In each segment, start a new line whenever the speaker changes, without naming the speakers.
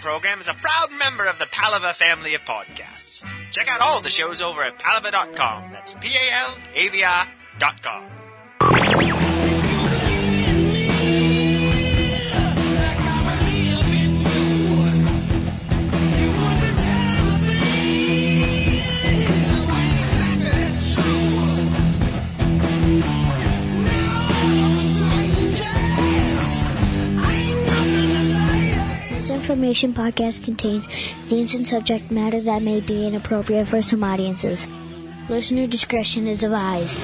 program is a proud member of the Palava family of podcasts. Check out all the shows over at palava.com. That's P A L A V I dot com.
This information podcast contains themes and subject matter that may be inappropriate for some audiences. Listener discretion is advised.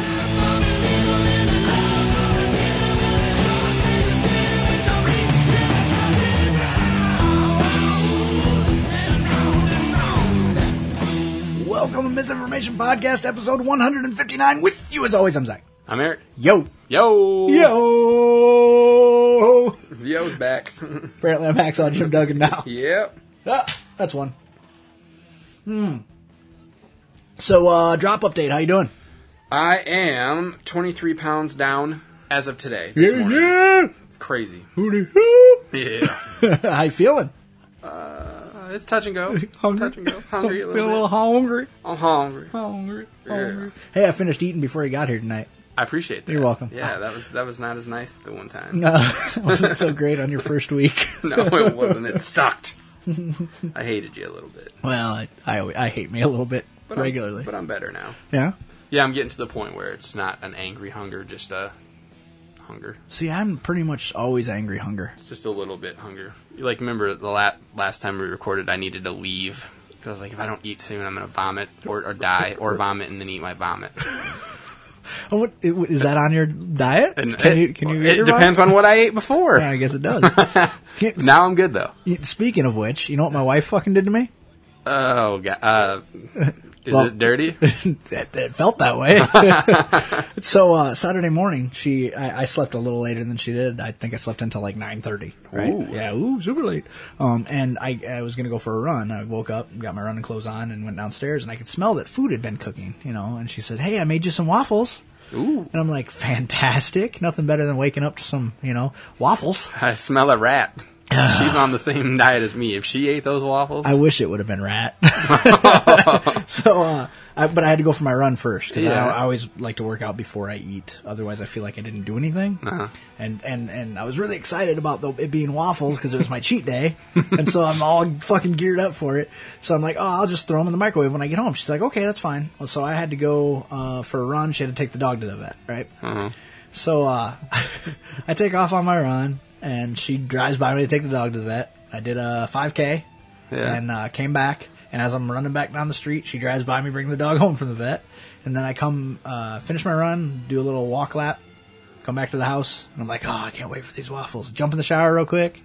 Welcome to Misinformation Podcast, episode 159. With you, as always, I'm Zach.
I'm Eric.
Yo.
Yo.
Yo.
Yo's back.
Apparently, I'm Axel Jim Duggan now.
yep.
Ah, that's one. Hmm. So, uh, drop update. How you doing?
I am 23 pounds down as of today. this morning. It's crazy. Yeah.
How you feeling?
Uh, it's touch and go. Touch and go. Hungry a
Feel
little, bit.
hungry.
I'm hungry.
Hungry.
Yeah.
Hungry. Hey, I finished eating before you got here tonight.
I appreciate that.
You're welcome.
Yeah, that was that was not as nice the one time.
Uh, wasn't so great on your first week.
no, it wasn't. It sucked. I hated you a little bit.
Well, I, I, always- I hate me a little bit
But I'm-
regularly.
but I'm better now.
yeah.
Yeah, I'm getting to the point where it's not an angry hunger, just a hunger.
See, I'm pretty much always angry hunger.
It's just a little bit hunger. You, Like remember the la- last time we recorded, I needed to leave because I was like, if I don't eat soon, I'm gonna vomit or, or die or vomit and then eat my vomit.
Oh, what is that on your diet?
And
can
it,
you can you
It
get your
depends
vibe?
on what I ate before.
Yeah, I guess it does. Can't-
Now I'm good though.
y- Speaking of which, you know what my wife fucking did to me?
Oh god, uh, is
Well-
it dirty?
That, that felt that way. so uh, Saturday morning, she I, I slept a little later than she did. I think I slept until like nine thirty. Right?
Ooh.
Yeah, ooh, super late. Um, and I I was gonna go for a run. I woke up, got my running clothes on, and went downstairs, and I could smell that food had been cooking. You know, and she said, "Hey, I made you some waffles."
Ooh,
And I'm like, fantastic. Nothing better than waking up to some, you know, waffles.
I smell a rat. She's on the same diet as me. If she ate those waffles,
I wish it would have been rat. so, uh, I, but I had to go for my run first because
Yeah.
I, I always like to work out before I eat. Otherwise, I feel like I didn't do anything. And and and I was really excited about the, it being waffles because it was my cheat day, and so I'm all fucking geared up for it. So I'm like, oh, I'll just throw them in the microwave when I get home. She's like, okay, that's fine. Well, so I had to go uh, for a run. She had to take the dog to the vet, right? So uh, I take off on my run, and she drives by me to take the dog to the vet. I did a 5K
Yeah.
and uh, came back. And as I'm running back down the street, she drives by me, bring the dog home from the vet. And then I come uh, finish my run, do a little walk lap, come back to the house, and I'm like, oh, I can't wait for these waffles. Jump in the shower real quick,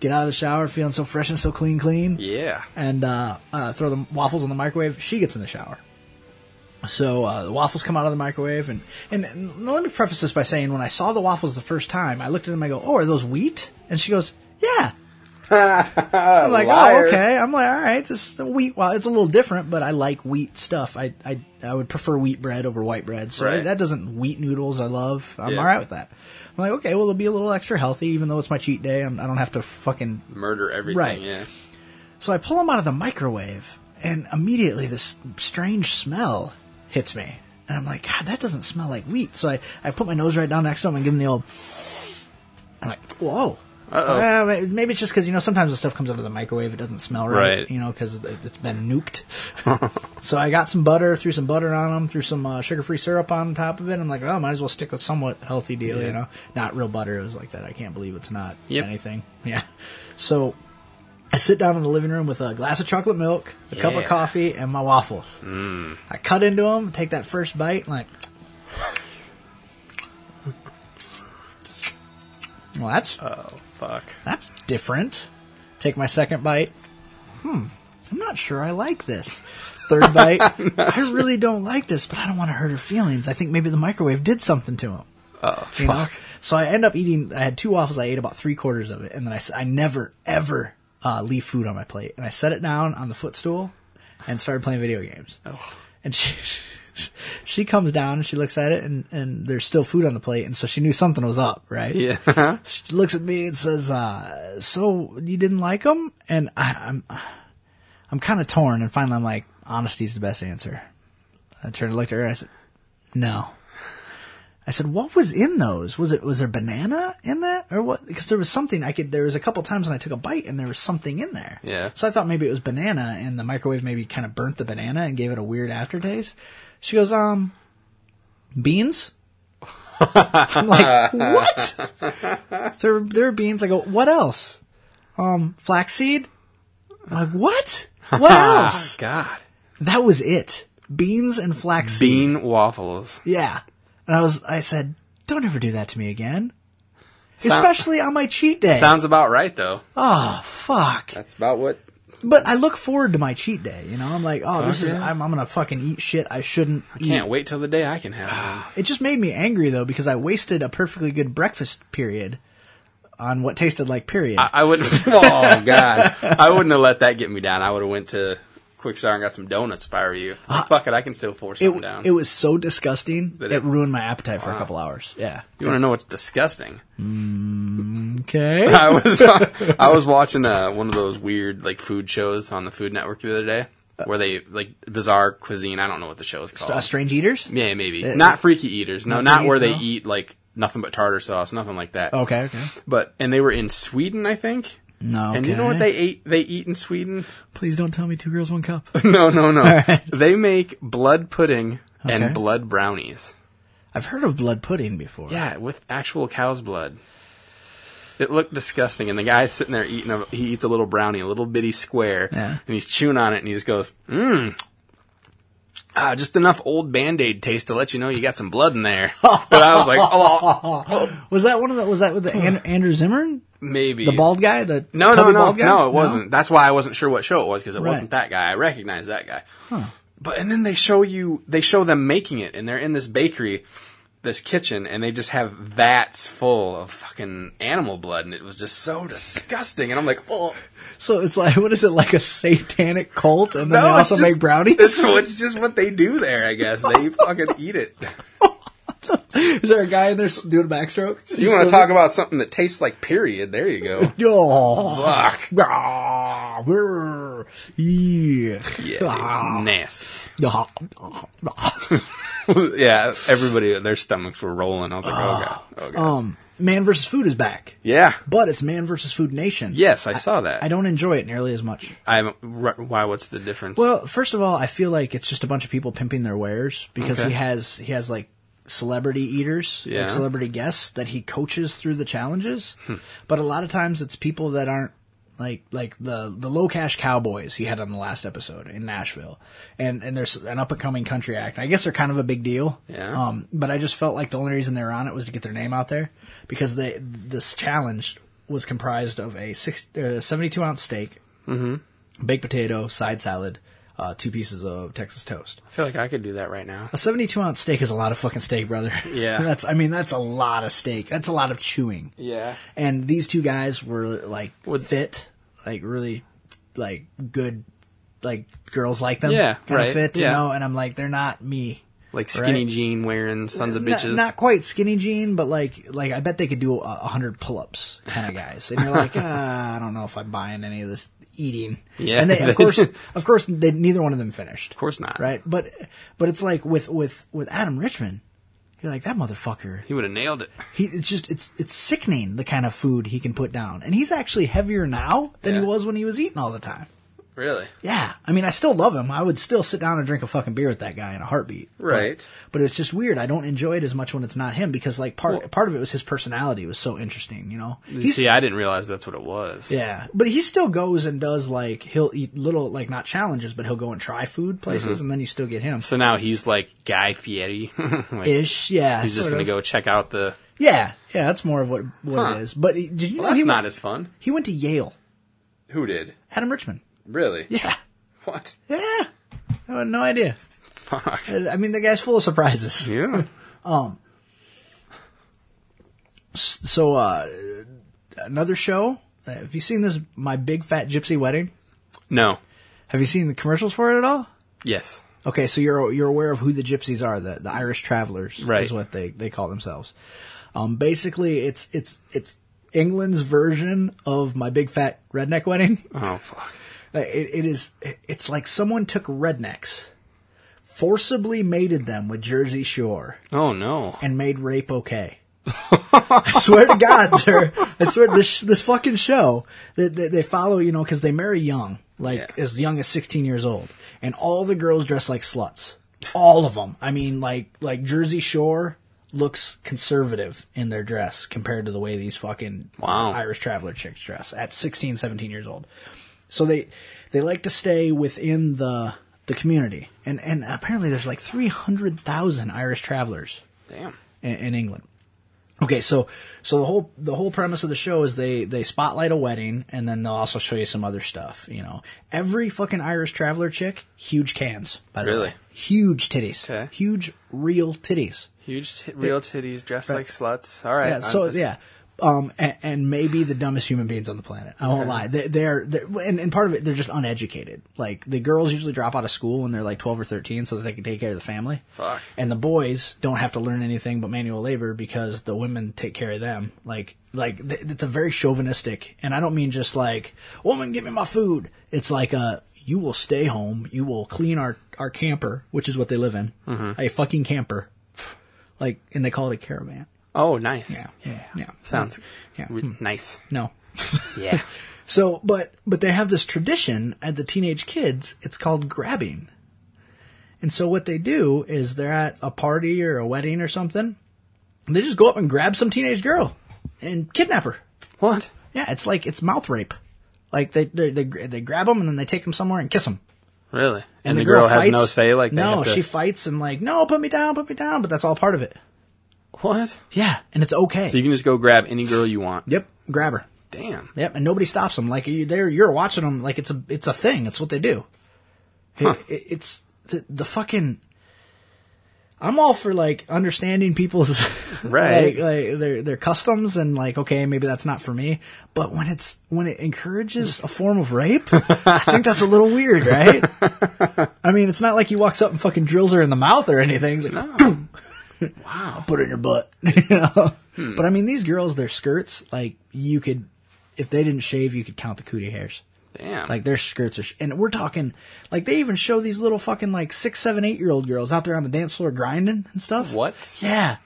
get out of the shower, feeling so fresh and so clean, clean
yeah,
and uh, uh, throw the waffles in the microwave. She gets in the shower. So uh, the waffles come out of the microwave, and, and and let me preface this by saying when I saw the waffles the first time, I looked at them. I go, "Oh, are those wheat?" And she goes, "Yeah." I'm like,
Liar.
"Oh, okay." I'm like, "All right, this is the wheat. Well, it's a little different, but I like wheat stuff. I I, I would prefer wheat bread over white bread. So
Right.
that doesn't wheat noodles. I love. I'm
Yeah.
all right with that." I'm like, "Okay, well, it'll be a little extra healthy, even though it's my cheat day. I'm, I don't have to fucking
murder everything.
Right.
Yeah,
so I pull them out of the microwave, and immediately this strange smell hits me. And I'm like, God, that doesn't smell like wheat. So I, I put my nose right down next to him and give him the old. I'm like, whoa.
Uh-oh.
Well, ma- maybe it's just because, you know, sometimes the stuff comes out of the microwave, it doesn't smell right.
Right.
You know, because it's been nuked. so I got some butter, threw some butter on them, threw some uh, sugar free syrup on top of it. I'm like, well, might as well stick with somewhat healthy deal, you know? Not real butter. It was like that. I can't believe it's not
Yep.
anything. Yeah. So I sit down in the living room with a glass of chocolate milk, a cup of
Yeah.
coffee, and my waffles. Mm. I cut into them, take that first bite, and like, well, that's
Oh, fuck.
that's different. Take my second bite. Hmm, I'm not sure I like this. Third bite, I really don't like this, but I don't want to hurt her feelings. I think maybe the microwave did something to him.
Oh
You know?
fuck.
So I end up eating. I had two waffles. I ate about three quarters of it, and then I, s- I never ever uh, leave food on my plate. And I set it down on the footstool and started playing video games. And she she comes down and she looks at it and, and there's still food on the plate. And so she knew something was up, right?
Yeah.
She looks at me and says, uh, so you didn't like them? And I, I'm, I'm kind of torn. And finally I'm like, honesty's the best answer. I turned and looked at her and I said, no. I said, what was in those? Was it, was there banana in that or what? Because there was something I could, there was a couple times when I took a bite and there was something in there.
Yeah.
So I thought maybe it was banana and the microwave maybe kind of burnt the banana and gave it a weird aftertaste. She goes, um, beans? I'm like, what? there, there are beans. I go, what else? Um, flaxseed? I'm like, what? What else?
God.
that was it. Beans and flaxseed.
Bean waffles.
Yeah. And I was, I said, don't ever do that to me again.
Sound-
Especially on my cheat day.
Sounds about right, though.
oh, fuck.
That's about what.
But I look forward to my cheat day. You know, I'm like, oh, this
Fuck
is,
yeah.
I'm, I'm gonna fucking eat shit I shouldn't eat.
Can't wait till the day I can have one.
It just made me angry though because I wasted a perfectly good breakfast period on what tasted like period.
I, I would. Oh God, I wouldn't have let that get me down. I would have went to Quick Start and got some donuts. If I were you, Like, fuck Uh, it, I can still force
it,
them
w-
down.
it was so disgusting
That
that
it-
it, ruined my appetite for a couple hours. Yeah.
you want to know what's disgusting?
Okay.
I was I was watching uh, one of those weird like food shows on the Food Network the other day where they like bizarre cuisine. I don't know what the show is called.
uh, strange eaters.
yeah, maybe
Uh,
not freaky eaters. No,
Nothing
not
eat-
where they
no?
eat like nothing but tartar sauce, nothing like that.
Okay. Okay.
But and they were in Sweden, I think.
No.
And you know what they ate? They eat in Sweden.
Please don't tell me two girls one cup.
No, no, no. They make blood pudding and
Okay.
blood brownies.
I've heard of blood pudding before.
Yeah, with actual cow's blood. It looked disgusting, and the guy's sitting there eating. A, he eats a little brownie, a little bitty square,
Yeah.
and he's chewing on it, and he just goes, "Mmm, ah, just enough old band aid taste to let you know you got some blood in there." but I was like, "Oh,
Was that one of the? Was that with the An- Andrew Zimmern,
maybe
the bald guy? The
No, no,
tubby
no,
bald guy?
no, it wasn't. That's why I wasn't sure what show it was because it
Right.
wasn't that guy. I recognized that guy. But and then they show you, they show them making it, and they're in this bakery, this kitchen, and they just have vats full of fucking animal blood, and it was just so disgusting. And I'm like, oh
So it's like, what is it like a satanic cult, and then
no,
they
it's
also
just-
make brownies?
It's, it's just what they do there, I guess. They fucking eat it.
Is there a guy in there s- doing a backstroke?
You want to talk about something that tastes like period? There you go.
Oh,
Fuck.
Ah, brr, yeah.
Yeah,
Ah.
dude, nasty.
Ah, ah, ah.
yeah, everybody, their stomachs were rolling. I was like, oh god, oh god.
um, Man versus Food is back,
Yeah.
but it's Man versus Food Nation.
Yes, I, saw that.
I don't enjoy it nearly as much.
I haven't. r- Why? What's the difference?
Well, first of all, I feel like it's just a bunch of people pimping their wares because
Okay.
he has he has like celebrity eaters,
Yeah.
like celebrity guests that he coaches through the challenges. but a lot of times it's people that aren't like like the the low cash cowboys he had on the last episode in Nashville. And and there's an up and coming country act. I guess they're kind of a big deal.
Yeah.
Um but I just felt like the only reason they were on it was to get their name out there because they this challenge was comprised of a six, uh, 72 ounce steak,
Mm-hmm.
baked potato, side salad, uh, two pieces of Texas toast.
I feel like I could do that right now.
A 72 ounce steak is a lot of fucking steak, brother.
Yeah.
that's, I mean, that's a lot of steak. That's a lot of chewing.
Yeah.
And these two guys were like, fit, like really, like good, like girls like them.
Yeah,
Kind
right,
of fit,
yeah.
you know, and I'm like, they're not me.
Like skinny
Right.
jean wearing sons of
Not-
bitches.
Not, quite skinny jean, but like, like I bet they could do a, a hundred pull-ups kind of guys. And you're like, ah, I don't know if I'm buying any of this eating.
Yeah.
And they, of course, of course, they, neither one of them finished. Of
course not.
Right. But, but it's like with, with, with Adam Richman, you're like, that motherfucker,
he would have nailed it.
he, it's just, it's, it's sickening the kind of food he can put down. And he's actually heavier now than
Yeah.
he was when he was eating all the time.
Really?
Yeah. I mean, I still love him. I would still sit down and drink a fucking beer with that guy in a heartbeat.
Right.
But it's just weird. I don't enjoy it as much when it's not him because like part
Well-
part of it was his personality was so interesting, you know.
You
He's
See, I didn't realize that's what it was.
yeah, but he still goes and does like he'll eat little like not challenges, but he'll go and try food places, and then you still get him.
Mm-hmm. So now he's like Guy Fieri. like,
Ish, yeah.
He's just
sort
gonna
of.
go check out the.
Yeah, yeah, that's more of what what
Huh.
it is. But he- did you
Well,
know he
that's
went-
not as fun.
he went to Yale?
Who did?
Adam Richman.
Really?
Yeah,
What?
yeah. I had no idea.
Fuck.
I mean, the guy's full of surprises.
Yeah.
Um, So uh another show. Uh, Have you seen this? My Big Fat Gypsy Wedding.
No.
Have you seen the commercials for it at all?
Yes.
Okay, so you're you're aware of who the gypsies are, the, the Irish travelers
Right.
is what they, they call themselves. Um, basically it's it's it's England's version of my big fat redneck wedding.
Oh fuck.
Like, It, it is. It's like someone took rednecks, forcibly mated them with Jersey Shore,
Oh no.
and made rape okay. I swear to God, sir. I swear this this fucking show. They, they, they follow, you know, because they marry young, like
Yeah.
as young as sixteen years old, and all the girls dress like sluts. All of them. I mean, like like Jersey Shore looks conservative in their dress compared to the way these fucking
Wow.
Irish traveler chicks dress at 16, 17 years old. So they they like to stay within the the community, and and apparently there's like three hundred thousand Irish travelers
Damn.
in, in England. Okay, so so the whole the whole premise of the show is they they spotlight a wedding and then they'll also show you some other stuff. You know, every fucking Irish traveler chick, huge cans by the
Really?
way, huge titties,
Okay.
huge real titties.
Huge t- real titties dressed
Right.
like sluts. All right.
Yeah,
I'm
so
just-
yeah. Um, and, and maybe the dumbest human beings on the planet. I won't lie. They, they're, they're and, and part of it, they're just uneducated. Like the girls usually drop out of school when they're like twelve or thirteen, so that they can take care of the family.
Fuck.
And the boys don't have to learn anything but manual labor because the women take care of them. Like, like th- it's a very chauvinistic, and I don't mean just like woman, give me my food. It's like a you will stay home, you will clean our our camper, which is what they live in,
Mm-hmm.
a fucking camper, like, and they call it a caravan.
Oh, nice.
Yeah. Yeah. yeah.
Sounds
Yeah. Hmm.
re- nice.
No.
Yeah.
So, but but they have this tradition at the teenage kids. It's called grabbing. And so what they do is they're at a party or a wedding or something. and They just go up and grab some teenage girl and kidnap her.
what?
Yeah, it's like it's mouth rape. Like they they they, they grab them and then they take them somewhere and kiss them.
Really? And, the, girl, has no say. Like they
no,
have to-
she fights and like no, put me down, put me down. But that's all part of it.
What?
Yeah, and it's okay.
So you can just go grab any girl you want.
yep, grab her.
Damn.
Yep, and nobody stops them. Like you, they're you're watching them. Like it's a it's a thing. It's what they do. It- it- it's the, the fucking. I'm all for like understanding people's
Right.
like, like their their customs and like okay maybe that's not for me, but when it's when it encourages a form of rape, I think that's a little weird, right? I mean, it's not like he walks up and fucking drills her in the mouth or anything. He's like,
Wow. Hmm.
put it in your butt. you know? But I mean, these girls, their skirts, like you could, if they didn't shave, you could count the cootie hairs.
Damn.
Like their skirts are, sh- and we're talking, like they even show these little fucking like six, seven, eight year old girls out there on the dance floor grinding and stuff.
what?
Yeah.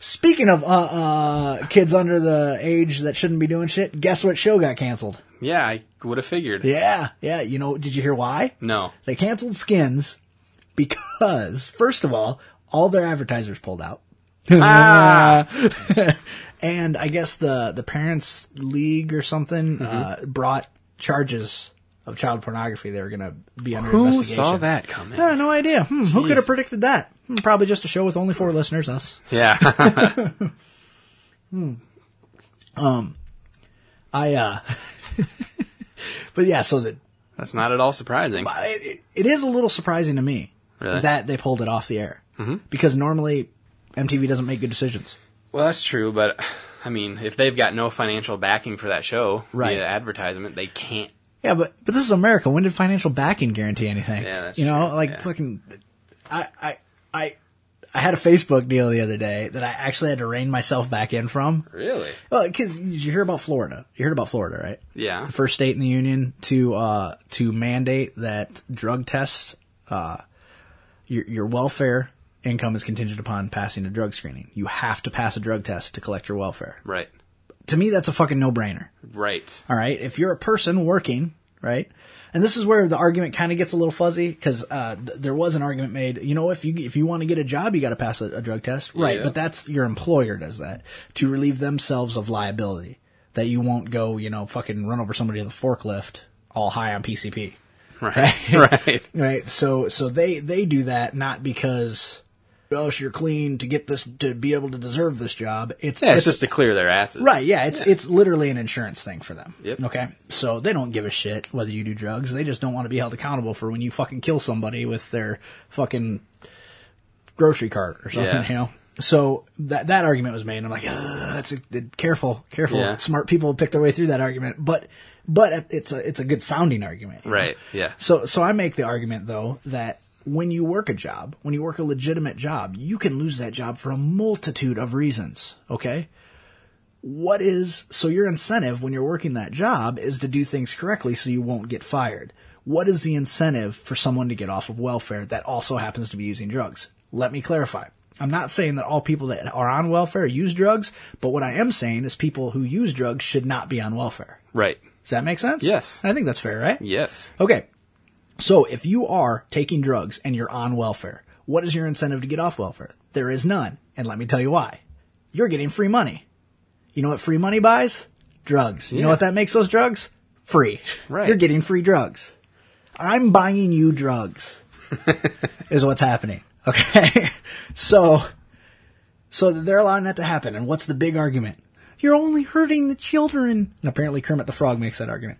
Speaking of uh, uh, kids under the age that shouldn't be doing shit, guess what show got canceled?
Yeah, I would have figured.
Yeah, yeah. You know, did you hear why?
No.
They canceled Skins because, first of all, all their advertisers pulled out.
Ah.
and I guess the, the Parents League or something
Mm-hmm.
uh, brought charges of child pornography they were going to be under
Who
investigation.
saw that coming?
Yeah, no idea. Hmm, who could
Jesus.
have predicted that? Hmm, probably just a show with only four listeners, us.
Yeah.
I, uh, but yeah, so that
That's not at all surprising.
it, it is a little surprising to me
Really?
that they pulled it off the air mm-hmm. because normally MTV doesn't make good decisions.
Well, that's true, but I mean, if they've got no financial backing for that show
Right.
via advertisement, they can't.
Yeah, but but this is America. When did financial backing guarantee anything?
Yeah, that's
you know,
true.
like
Yeah.
fucking. I I I I had a Facebook deal the other day that I actually had to rein myself back in from.
Really?
Well, because you hear about Florida, you heard about Florida, right?
Yeah.
the first state in the union to uh, to mandate that drug tests, uh, your your welfare income is contingent upon passing a drug screening. You have to pass a drug test to collect your welfare.
Right.
To me, that's a fucking no brainer.
Right.
All right. If you're a person working, right? And this is where the argument kind of gets a little fuzzy because uh, th- there was an argument made. You know, if you if you want to get a job, you got to pass a, a drug test, right?
Yeah.
But that's your employer does that to relieve themselves of liability that you won't go, you know, fucking run over somebody with a forklift all high on PCP,
Right. Right.
right? So so they they do that not because oh you're clean to get this to be able to deserve this job. It's
Yeah, it's just to clear their asses.
Right, yeah, it's it's literally an insurance thing for them.
Yep.
Okay. So they don't give a shit whether you do drugs. They just don't want to be held accountable for when you fucking kill somebody with their fucking grocery cart or something,
Yeah.
you know. So that that argument was made and I'm like, "Ugh, that's a, careful, careful.
Yeah.
Smart people pick their way through that argument, but but it's a it's a good sounding argument. you know?
Right, yeah.
So so I make the argument though that when you work a job, when you work a legitimate job, you can lose that job for a multitude of reasons, okay? What is, so your incentive when you're working that job is to do things correctly so you won't get fired. What is the incentive for someone to get off of welfare that also happens to be using drugs? Let me clarify. I'm not saying that all people that are on welfare use drugs, but what I am saying is people who use drugs should not be on welfare.
Right.
Does that make sense?
Yes.
I think that's fair, right?
Yes.
Okay. So if you are taking drugs and you're on welfare, what is your incentive to get off welfare? There is none. And let me tell you why. You're getting free money. You know what free money buys? Drugs. You know
Yeah.
what that makes those drugs? Free.
Right.
You're getting free drugs. I'm buying you drugs is what's happening. Okay. so, so they're allowing that to happen. And what's the big argument? You're only hurting the children. And apparently Kermit the Frog makes that argument.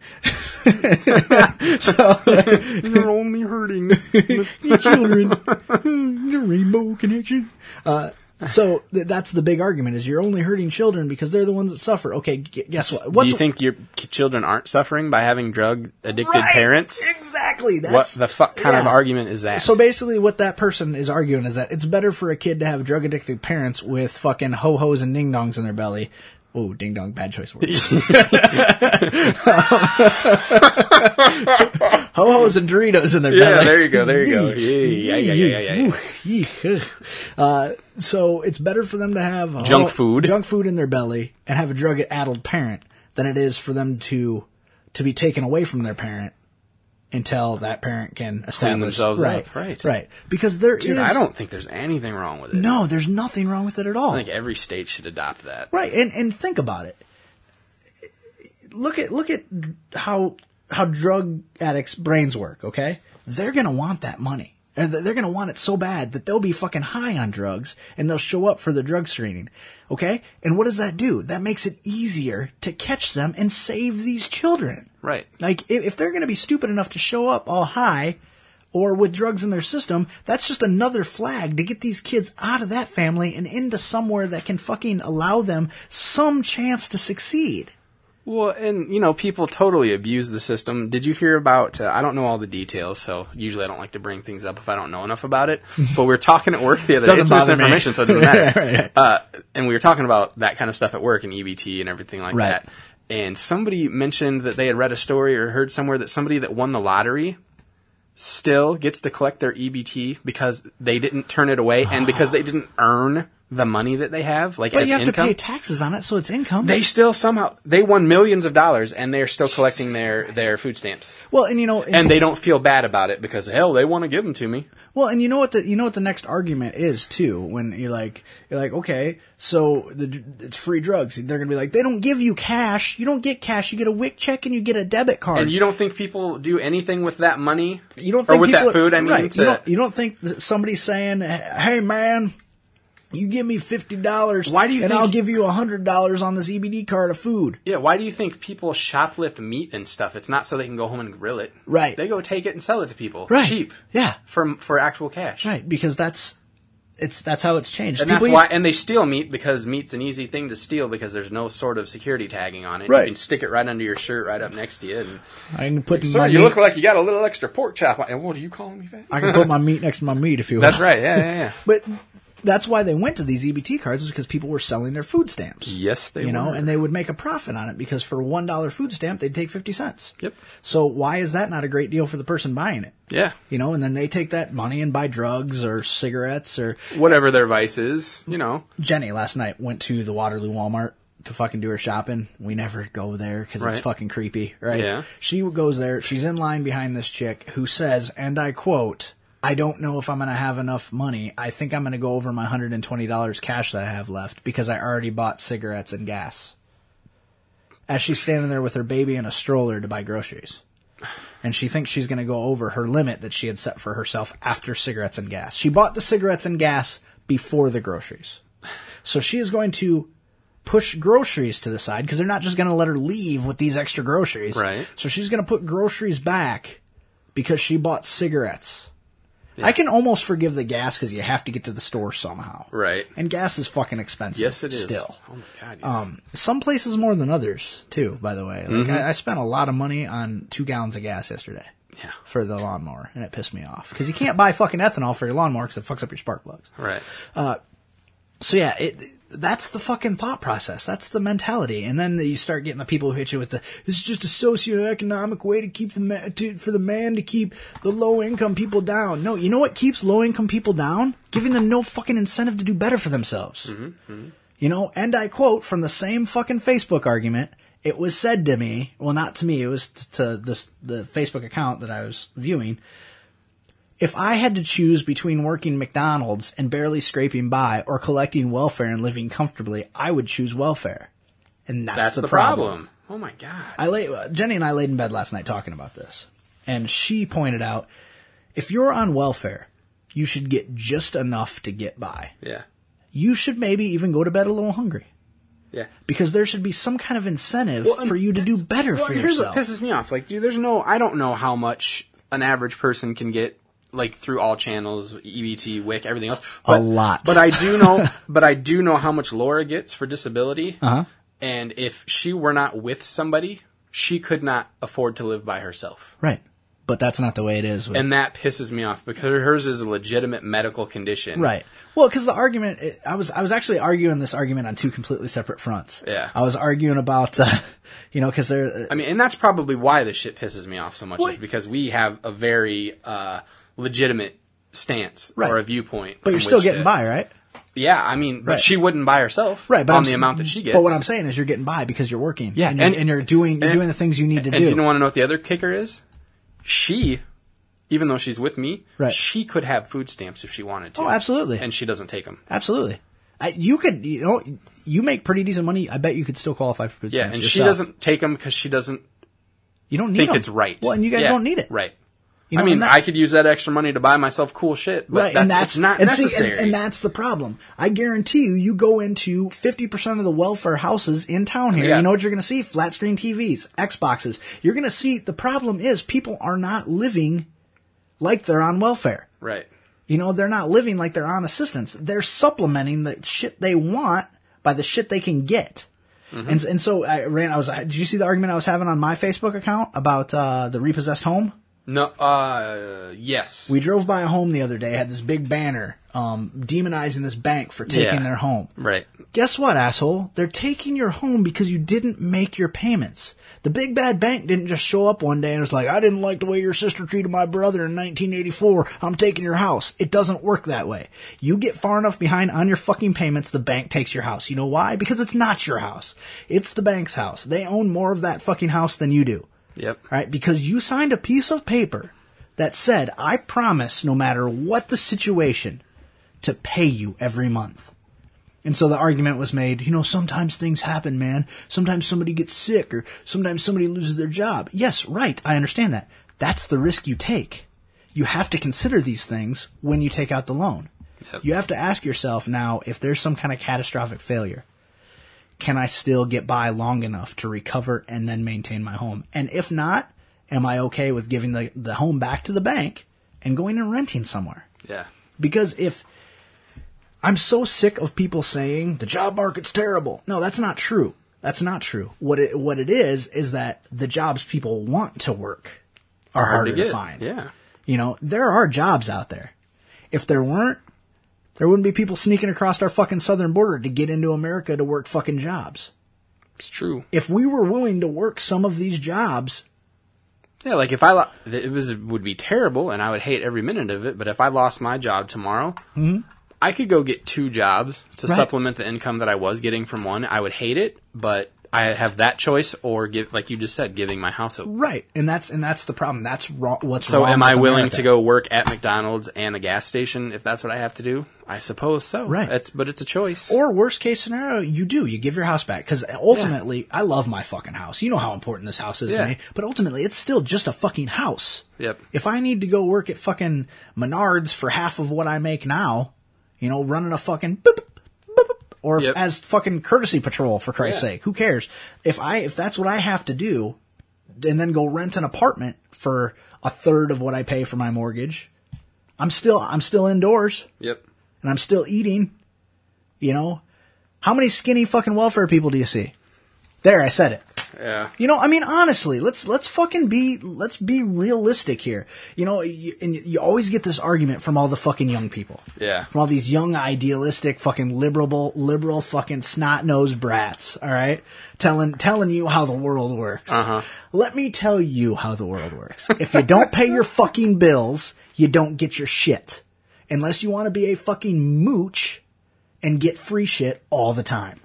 You're only hurting.
the children, Hmm, the rainbow connection. Uh, so th- that's the big argument: is you're only hurting children because they're the ones that suffer. Okay, g- guess what?
Do you think your k- children aren't suffering by having drug addicted
Right!
parents?
Exactly.
What
That's
the fuck kind of
yeah.
argument is that?
So basically, what that person is arguing is that it's better for a kid to have drug addicted parents with fucking ho hos and ding dongs in their belly. Oh, ding dong, bad choice of words. ho hos and Doritos in their
yeah,
belly.
there you go. There you go. Yeah,
Yee,
yeah, yeah, yeah, yeah.
yee, yee, Uh, so it's better for them to have a
Junk food.
junk food in their belly, and have a drug-addled parent than it is for them to to be taken away from their parent until that parent can establish
themselves up,
right,
right.
right. Because there is
Dude, I don't think there's anything wrong with it.
no, there's nothing wrong with it at all.
I think every state should adopt that.
Right, and and think about it. Look at look at how how drug addicts' brains work. Okay, they're gonna want that money. And They're they're gonna want it so bad that they'll be fucking high on drugs and they'll show up for the drug screening. Okay, and what does that do? That makes it easier to catch them and save these children.
Right.
Like if, if they're going to be stupid enough to show up all high or with drugs in their system, that's just another flag to get these kids out of that family and into somewhere that can fucking allow them some chance to succeed.
Well, and you know, people totally abuse the system. Did you hear about? Uh, I don't know all the details, so usually I don't like to bring things up if I don't know enough about it. But we were talking at work the other day.
Doesn't
It's
bother me.
misinformation, so it doesn't matter.
Right, right.
Uh, and we were talking about that kind of stuff at work and EBT and everything like
Right.
that. And somebody mentioned that they had read a story or heard somewhere that somebody that won the lottery still gets to collect their EBT because they didn't turn it away and because they didn't earn the money that they have, like
But
as
you have
income
to pay taxes on it, so it's income.
they still somehow they won millions of dollars and they're still collecting their their food stamps
well, and you know,
and they don't feel bad about it because hell they want to give them to me
Well, and you know what the you know what the next argument is too. When you're like you're like okay, so the, dr- it's free drugs. They're gonna be like they don't give you cash. You don't get cash. You get a WIC check and you get a debit card.
and you don't think people do anything with that money
You don't
or
think
with
people
that
are-
food i mean
right.
to,
you, don't, you don't think that somebody's saying, "Hey, man." You give me fifty dollars.
Why do you
And
think-
I'll give you hundred dollars on this EBD card of food.
yeah why do you think people shoplift meat and stuff it's not so they can go home and grill it
Right.
they go take it and sell it to people
Right.
cheap
Yeah.
for for actual cash
Right, because that's it's that's how it's changed.
and that's
People
why,
used-
and they steal meat because meat's an easy thing to steal because there's no sort of security tagging on it.
Right.
You can stick it right under your shirt, right up next to you, and
I can put
Sir,
my
you
meat,
look like you got a little extra pork chop. on- And what are you calling me fat?
I can put my meat next to my meat if you.
That's
will.
right. Yeah, yeah, yeah.
But that's why they went to these EBT cards is because people were selling their food stamps.
Yes, they
you know,
were.
and they would make a profit on it because for one dollar food stamp they'd take fifty cents.
Yep.
So why is that not a great deal for the person buying it?
Yeah.
you know, and then they take that money and buy drugs or cigarettes or
Whatever their vice is, you know.
Jenny last night went to the Waterloo Walmart to fucking do her shopping. We never go there because
Right.
it's fucking creepy, right?
Yeah.
She goes there. She's in line behind this chick who says, and I quote, I don't know if I'm going to have enough money. I think I'm going to go over my $120 cash that I have left because I already bought cigarettes and gas. As she's standing there with her baby in a stroller to buy groceries. And she thinks she's going to go over her limit that she had set for herself after cigarettes and gas. She bought the cigarettes and gas before the groceries. So she is going to push groceries to the side because they're not just going to let her leave with these extra groceries.
Right.
So she's going to put groceries back because she bought cigarettes. I can almost forgive the gas because you have to get to the store somehow.
Right.
And gas is fucking expensive.
Yes, it is.
Still.
Oh my god. Yes.
Um, some places more than others, too, by the way. Like, I, I spent a lot of money on two gallons of gas yesterday.
Yeah.
for the lawnmower, and it pissed me off because you can't buy fucking ethanol for your lawnmower because it fucks up your spark plugs.
Right.
So yeah, it, that's the fucking thought process. That's the mentality, and then you start getting the people who hit you with the this is just a socioeconomic way to keep the ma- to, for the man to keep the low income people down. No, you know what keeps low income people down? Giving them no fucking incentive to do better for themselves. You know, and I quote from the same fucking Facebook argument. It was said to me, well, not to me. It was t- to this the Facebook account that I was viewing if I had to choose between working McDonald's and barely scraping by or collecting welfare and living comfortably, I would choose welfare. And that's,
That's
the,
the
problem.
problem. Oh my god.
I lay, uh, Jenny and I laid in bed last night talking about this. And she pointed out if you're on welfare, you should get just enough to get by.
Yeah.
You should maybe even go to bed a little hungry
Yeah.
because there should be some kind of incentive
Well, and-
for you to do better
Well,
for
and here's
yourself.
what pisses me off. Like, dude, there's no. I don't know how much an average person can get, like through all channels, E EBT, WIC, everything else. But,
lot.
But I do know. but I do know how much Laura gets for disability.
Uh-huh.
And if she were not with somebody, she could not afford to live by herself.
right. But that's not the way it is. With,
And that pisses me off because hers is a legitimate medical condition.
Right. Well, because the argument, it, I was I was actually arguing this argument on two completely separate fronts.
Yeah.
I was arguing about, uh, you know, because they're uh,
I mean, and that's probably why this shit pisses me off so much is because we have a very uh, legitimate stance
Right.
or a viewpoint.
but you're still getting by, right?
Yeah, I mean, but
Right.
she wouldn't buy herself,
Right. But
on
I'm
the
s-
amount that she gets.
But what I'm saying is, you're getting by because you're working.
Yeah,
And you're, and,
and-
you're doing you're
and-
doing the things you need to
and
do.
you want to know what the other kicker is? She, even though she's with me,
Right.
she could have food stamps if she wanted to.
Oh, absolutely.
And she doesn't take them.
Absolutely. I, you could, you know, you make pretty decent money. I bet you could still qualify for food
Yeah,
stamps
and she
yourself.
doesn't take them because she doesn't
uh, You don't need
think
'em.
it's right.
Well, and you guys
Yeah,
don't need it.
right?
You know,
I mean,
and that-
I could use that extra money to buy myself cool shit, but
right,
that's,
and that's
it's not
and see, and-
necessary.
and, that's the problem. I guarantee you, you go into fifty percent of the welfare houses in town here.
Yeah.
You know what you're going to see? Flat screen TVs, Xboxes. You're going to see. The problem is people are not living like they're on welfare.
right?
You know, they're not living like they're on assistance. They're supplementing the shit they want by the shit they can get.
Mm-hmm.
And and so I ran. I was. I, did you see the argument I was having on my Facebook account about uh, the repossessed home?
No. Uh. Yes.
We drove by a home the other day, had this big banner um, demonizing this bank for taking
Yeah.
their home.
right.
Guess what, asshole? They're taking your home because you didn't make your payments. The big bad bank didn't just show up one day and was like, I didn't like the way your sister treated my brother in 1984. I'm taking your house. It doesn't work that way. You get far enough behind on your fucking payments, the bank takes your house. You know why? Because it's not your house. It's the bank's house. They own more of that fucking house than you do
Yep.
right? Because you signed a piece of paper that said, I promise, no matter what the situation, to pay you every month. And so the argument was made, you know, sometimes things happen, man. Sometimes somebody gets sick or sometimes somebody loses their job. Yes, right. I understand that. That's the risk you take. You have to consider these things when you take out the loan. You have to ask yourself now if there's some kind of catastrophic failure can I still get by long enough to recover and then maintain my home? And if not, am I okay with giving the, the home back to the bank and going and renting somewhere?
Yeah.
Because if I'm so sick of people saying the job market's terrible. No, that's not true. That's not true. What it, what it is, is that the jobs people want to work are harder to,
get.
find.
Yeah.
You know, there are jobs out there. If there weren't, there wouldn't be people sneaking across our fucking southern border to get into America to work fucking jobs
It's true.
if we were willing to work some of these jobs,
Yeah, like if I lo- it was it would be terrible, and I would hate every minute of it. But if I lost my job tomorrow, I could go get two jobs to
Mm-hmm. Right.
supplement the income that I was getting from one. I would hate it, but I have that choice, or give like you just said, giving my house up.
right? And that's and that's the problem. That's wrong. What's
So
wrong
am I
with
willing
America.
to go work at McDonald's and a gas station if that's what I have to do? I suppose so.
Right.
It's but it's a choice.
Or worst case scenario, you do you give your house back because ultimately, I love my fucking house. You know how important this house is
Yeah.
to me. But ultimately, it's still just a fucking house.
Yep.
If I need to go work at fucking Menards for half of what I make now, you know, running a fucking boop, boop, boop, or
Yep.
as fucking courtesy patrol for Christ's
Yeah.
sake, who cares? If I if that's what I have to do, and then go rent an apartment for a third of what I pay for my mortgage, I'm still I'm still indoors
yep.
and I'm still eating. You know, how many skinny fucking welfare people do you see? There, I said it.
Yeah.
You know, I mean, honestly, let's let's fucking be let's be realistic here. You know, you, and you always get this argument from all the fucking young people.
Yeah.
From all these young, idealistic, fucking liberal, liberal, fucking snot nosed brats. All right, telling telling you how the world works. Uh-huh. Let me tell you how the world works. if you don't pay your fucking bills, you don't get your shit. Unless you want to be a fucking mooch and get free shit all the time.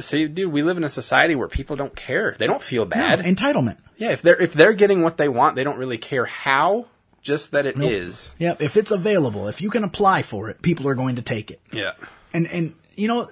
See, dude, we live in a society where people don't care. They don't feel
No,
bad.
entitlement.
yeah, if they're if they're getting what they want, they don't really care how, just that it is.
Yep. If it's available, if you can apply for it, people are going to take it.
Yeah.
And and you know,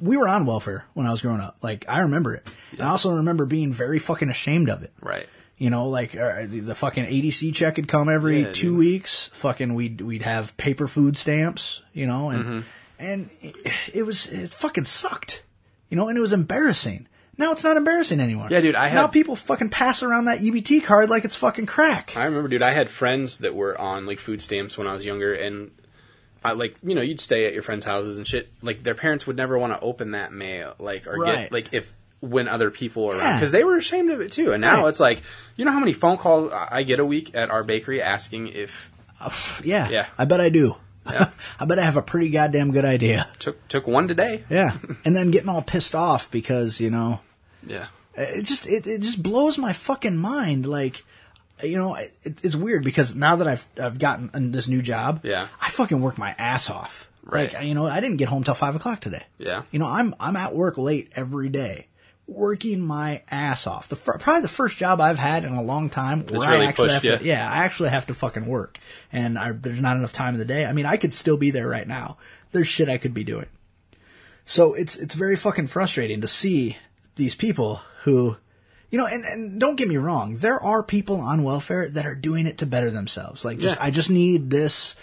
we were on welfare when I was growing up. Like I remember it, and I also remember being very fucking ashamed of it.
Right.
You know, like uh, the the fucking ADC check would come every
Yeah,
two
dude.
weeks. Fucking, we'd we'd have paper food stamps. You know, and
Mm-hmm.
and it, it was it fucking sucked. You know, and it was embarrassing. Now it's not embarrassing anymore.
Yeah, dude, I
now
had-
people fucking pass around that EBT card like it's fucking crack.
I remember, dude. I had friends that were on like food stamps when I was younger, and I like you know you'd stay at your friends' houses and shit. Like their parents would never want to open that mail, like or
Right.
get like if when other people are
Yeah.
around because they were ashamed of it too. And now
Right.
it's like you know how many phone calls I I get a week at our bakery asking if
Yeah.
Yeah.
I bet I do.
Yeah.
I bet I have a pretty goddamn good idea.
took took one today.
Yeah. and then getting all pissed off because, you know,
Yeah.
it just it, it just blows my fucking mind like you know, it, it's weird because now that I've I've gotten in this new job,
Yeah.
I fucking work my ass off.
Right.
Like you know, I didn't get home till five o'clock today.
Yeah.
You know, I'm I'm at work late every day, working my ass off. The fir- probably the first job I've had in a long time where
really
I actually
pushed
have
ya.
to, yeah, I actually have to fucking work, and I, there's not enough time in the day. I mean, I could still be there right now. There's shit I could be doing. So it's it's very fucking frustrating to see these people who, you know, and, and don't get me wrong, there are people on welfare that are doing it to better themselves. Like, just
Yeah.
I just need this.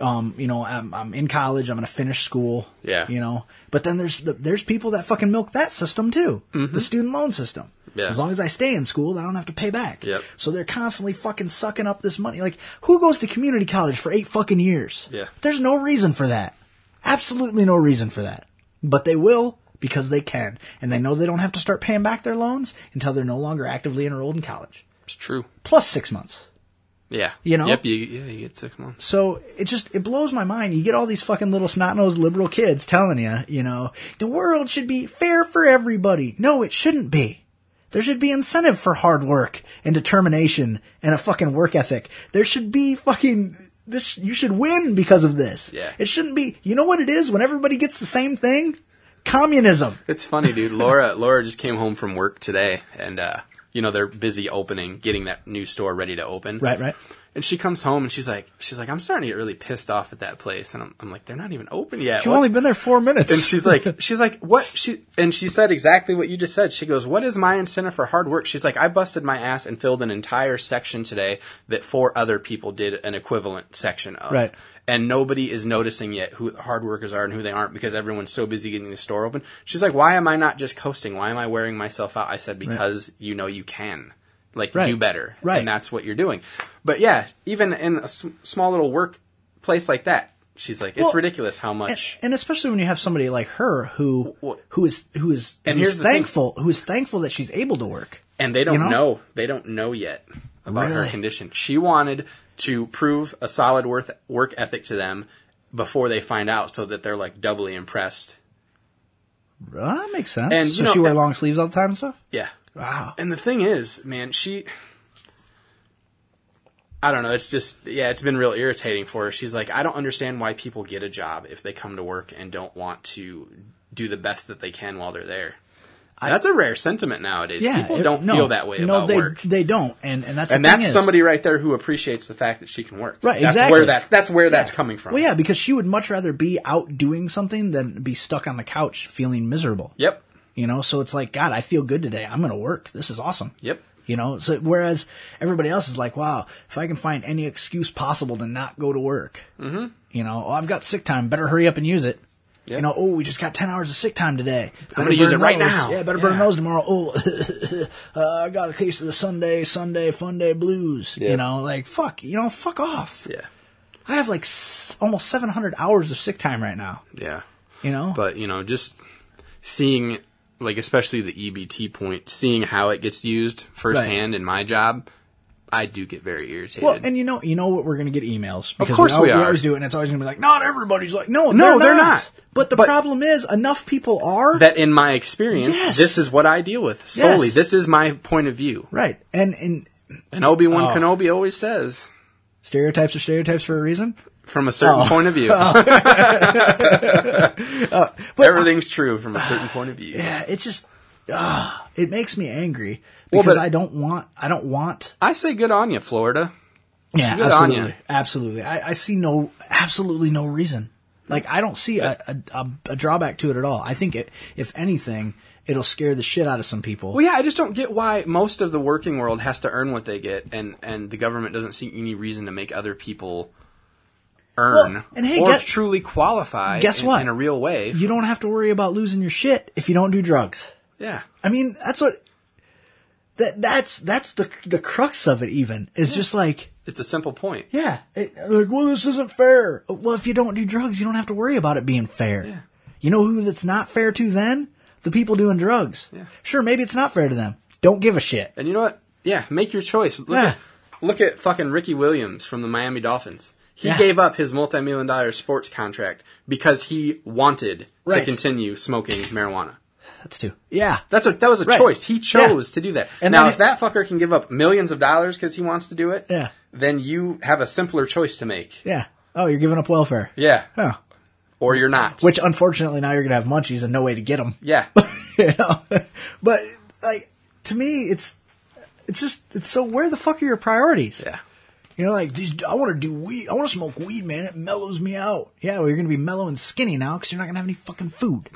Um, you know, I'm, I'm in college. I'm gonna finish school.
Yeah.
You know, but then there's the, there's people that fucking milk that system too. The student loan system.
Mm-hmm. Yeah.
As long as I stay in school, I don't have to pay back.
Yep.
So they're constantly fucking sucking up this money. Like, who goes to community college for eight fucking years?
Yeah.
There's no reason for that. Absolutely no reason for that. But they will because they can. And they know they don't have to start paying back their loans until they're no longer actively enrolled in college.
It's true.
Plus six months.
Yeah.
You know?
Yep. You, yeah. You get six months.
So it just it blows my mind. You get all these fucking little snot nosed liberal kids telling you, you know, the world should be fair for everybody. No, it shouldn't be. There should be incentive for hard work and determination and a fucking work ethic. There should be fucking this. You should win because of this.
Yeah.
It shouldn't be. You know what it is when everybody gets the same thing? Communism.
It's funny, dude. Laura Laura just came home from work today, and uh, you know they're busy opening, getting that new store ready to open.
Right, right.
And she comes home and she's like, she's like, I'm starting to get really pissed off at that place. And I'm, I'm like, they're not even open yet.
You've
What-
only been there four minutes.
and she's like, she's like, what? She and she said exactly what you just said. She goes, "What is my incentive for hard work?" She's like, "I busted my ass and filled an entire section today that four other people did an equivalent section of,
Right.
And nobody is noticing yet who the hard workers are and who they aren't because everyone's so busy getting the store open." She's like, "Why am I not just coasting? Why am I wearing myself out?" I said, "Because you know you can." Like
Right.
do better,
Right.
And that's what you're doing. But yeah, even in a s- small little work place like that, she's like, it's
Well,
ridiculous how much.
and, and especially when you have somebody like her who
Well-
who is who is
And
who's
here's the thing.
thankful who is thankful that she's able to work.
and they don't
You know?
know? they don't know yet about her
Really?
condition she wanted to prove a solid worth, work ethic to them before they find out so that they're like doubly impressed
Well, that makes sense.
And, you
so
know,
she wear
and-
long sleeves all the time and stuff.
yeah
Wow.
and the thing is man she i don't know it's just yeah it's been real irritating for her she's like i don't understand why people get a job if they come to work and don't want to do the best that they can while they're there that's a rare sentiment nowadays
yeah,
people
it-
don't
no,
feel that way
no,
about
they,
work
They don't, and and that's
and
the thing
that's
is-
somebody right there who appreciates the fact that she can work.
Right,
That's
exactly.
Where that, that's where that's coming from.
Well, yeah, because she would much rather be out doing something than be stuck on the couch feeling miserable.
Yep.
You know, so it's like, God, I feel good today. I'm going to work. This is awesome.
Yep.
You know, so whereas everybody else is like, wow, if I can find any excuse possible to not go to work, mm-hmm. you know, oh, I've got sick time, better hurry up and use it.
Yeah.
You know, oh, we just got 10 hours of sick time today. Better
gonna use
burn
it right
those.
now.
Yeah, better burn
Yeah.
those tomorrow. Oh, uh, I got a case of the Sunday, Sunday, fun day blues.
Yeah.
You know, like, fuck, you know, fuck off.
Yeah.
I have like s- almost 700 hours of sick time right now,
Yeah.
you know?
But you know, just seeing like especially the EBT point, seeing how it gets used firsthand in my job, I do get very irritated.
Well, and you know, you know what? We're going to get emails. Because
course
al-
we are.
always do it, and it's always going to be like, not everybody's like, no,
No,
they're,
they're
not.
not.
But the
But-
problem is, enough people are
that in my experience,
Yes.
this is what I deal with solely. This is my point of view.
right, and and
And Obi Wan
Oh.
Kenobi always says,
stereotypes are stereotypes for a reason.
from a certain
Oh.
point of view,
But
everything's true from a certain point of view.
yeah, Uh, it's just ah, it makes me angry
Well,
because
but-
I don't want I don't want
I say good on you, Florida.
yeah
Good on
absolutely
ya.
absolutely I, I see no absolutely no reason like I don't see a, a, a, a drawback to it at all. I think it, if anything, it'll scare the shit out of some people.
Well, yeah, I just don't get why most of the working world has to earn what they get, and and the government doesn't see any reason to make other people earn
Well, and hey,
or
guess-
truly qualify.
guess
in,
what?
In a real way,
You don't have to worry about losing your shit if you don't do drugs.
yeah.
I mean, that's what that that's that's the the crux of it. Even is just like,
It's a simple point.
yeah, it, like, well, this isn't fair. Well, if you don't do drugs, you don't have to worry about it being fair. You know who that's not fair to? Then the people doing drugs.
Yeah.
Sure, maybe it's not fair to them. Don't give a shit.
And you know what? Yeah, make your choice. Look,
Yeah.
at, look at fucking Ricky Williams from the Miami Dolphins. He
Yeah.
gave up his multi-million dollar sports contract because he wanted to
Right.
continue smoking marijuana.
That's two. Yeah,
That's a that was a
Right.
choice. He chose
Yeah.
to do that.
And
now,
then
if
it-
that fucker can give up millions of dollars because he wants to do it,
Yeah.
then you have a simpler choice to make.
yeah. Oh, you're giving up welfare.
Yeah,
Huh.
or you're not.
Which unfortunately now you're gonna have munchies and no way to get them.
yeah,
you know? but like to me, it's it's just it's so where the fuck are your priorities?
yeah.
You know, like these, I want to do weed. I want to smoke weed, man. It mellows me out. Yeah, well, you're gonna be mellow and skinny now because you're not gonna have any fucking food.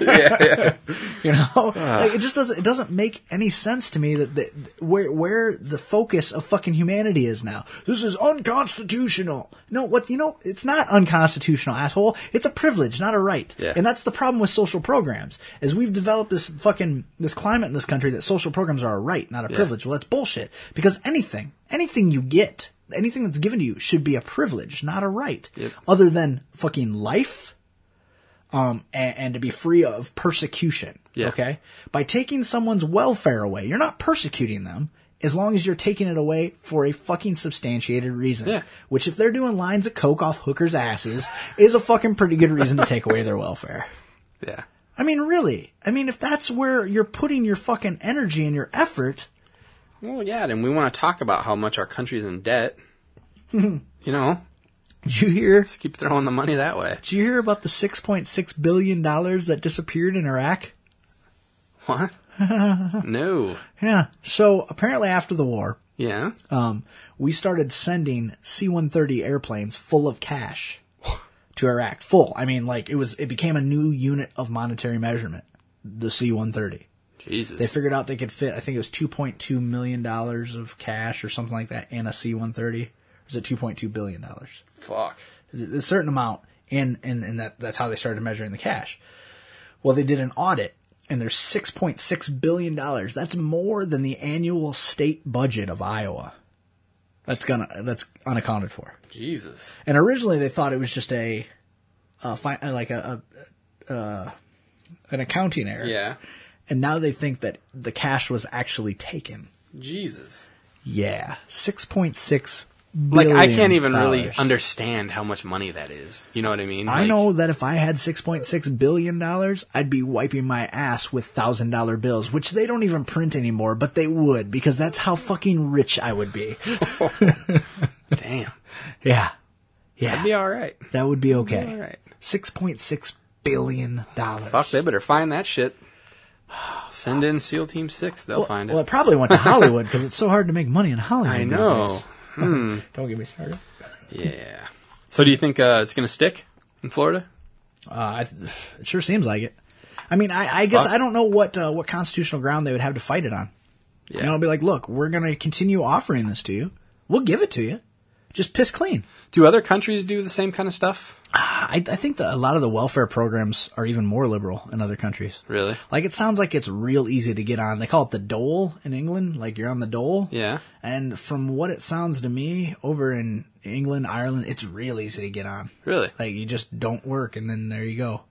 You know, like, it just doesn't. It doesn't make any sense to me that the, where where the focus of fucking humanity is now. This is unconstitutional. No, what you know, it's not unconstitutional, asshole. It's a privilege, not a right.
Yeah.
And that's the problem with social programs. Is we've developed this fucking this climate in this country that social programs are a right, not a privilege. Well, that's bullshit. Because anything, anything you get, anything that's given to you, should be a privilege, not a right. Other than fucking life and, and to be free of persecution.
Yeah.
Okay. By taking someone's welfare away, you're not persecuting them as long as you're taking it away for a fucking substantiated reason.
Yeah.
Which if they're doing lines of coke off hookers' asses is a fucking pretty good reason to take away their welfare.
Yeah.
I mean, really. I mean, if that's where you're putting your fucking energy and your effort,
Well, yeah, and we want to talk about how much our country's in debt. you know,
did you hear?
just keep throwing the money that way.
Did you hear about the 6.6 billion dollars that disappeared in Iraq?
What? no.
Yeah. So apparently after the war,
Yeah.
um, we started sending C-130 airplanes full of cash to Iraq. Full. I mean, like it was. It became a new unit of monetary measurement. The C-130.
Jesus.
They figured out they could fit. I think it was 2.2 million dollars of cash or something like that in a C-130. Or is it 2.2 billion dollars?
Fuck.
a certain amount, and and and that that's how they started measuring the cash. Well, they did an audit, and there's 6.6 billion dollars. That's more than the annual state budget of Iowa. That's gonna that's unaccounted for.
Jesus.
And originally they thought it was just a, uh, fi- uh, like a, a uh, an accounting error.
Yeah.
And now they think that the cash was actually taken.
Jesus.
Yeah, 6.6.
Like I
billion
can't even really
dollars.
understand how much money that is. You know what I mean?
I
Like,
know that if I had six point six billion dollars, I'd be wiping my ass with thousand dollar bills, which they don't even print anymore, but they would because that's how fucking rich I would be.
Damn.
Yeah, yeah,
That'd be all right.
that would be okay.
all right.
Six point six billion dollars.
Fuck. They better find that shit. Send in SEAL Team Six. They'll find it.
Well, it probably went to Hollywood because it's so hard to make money in Hollywood.
I
these
know.
days. Don't get me started.
Yeah. So do you think uh, it's gonna stick in Florida?
Uh, I th- it sure seems like it. I mean, I, I guess
Fuck.
I don't know what uh, what constitutional ground they would have to fight it on.
Yeah.
You know, I'll be like, look, we're going to continue offering this to you. We'll give it to you. Just piss clean.
do other countries do the same kind of stuff?
I, I think that a lot of the welfare programs are even more liberal in other countries.
Really?
Like, it sounds like it's real easy to get on. They call it the dole in England. Like, you're on the dole.
Yeah.
And from what it sounds to me, over in England, Ireland, it's real easy to get on.
Really? Hmm.
Like, you just don't work, and then there you go.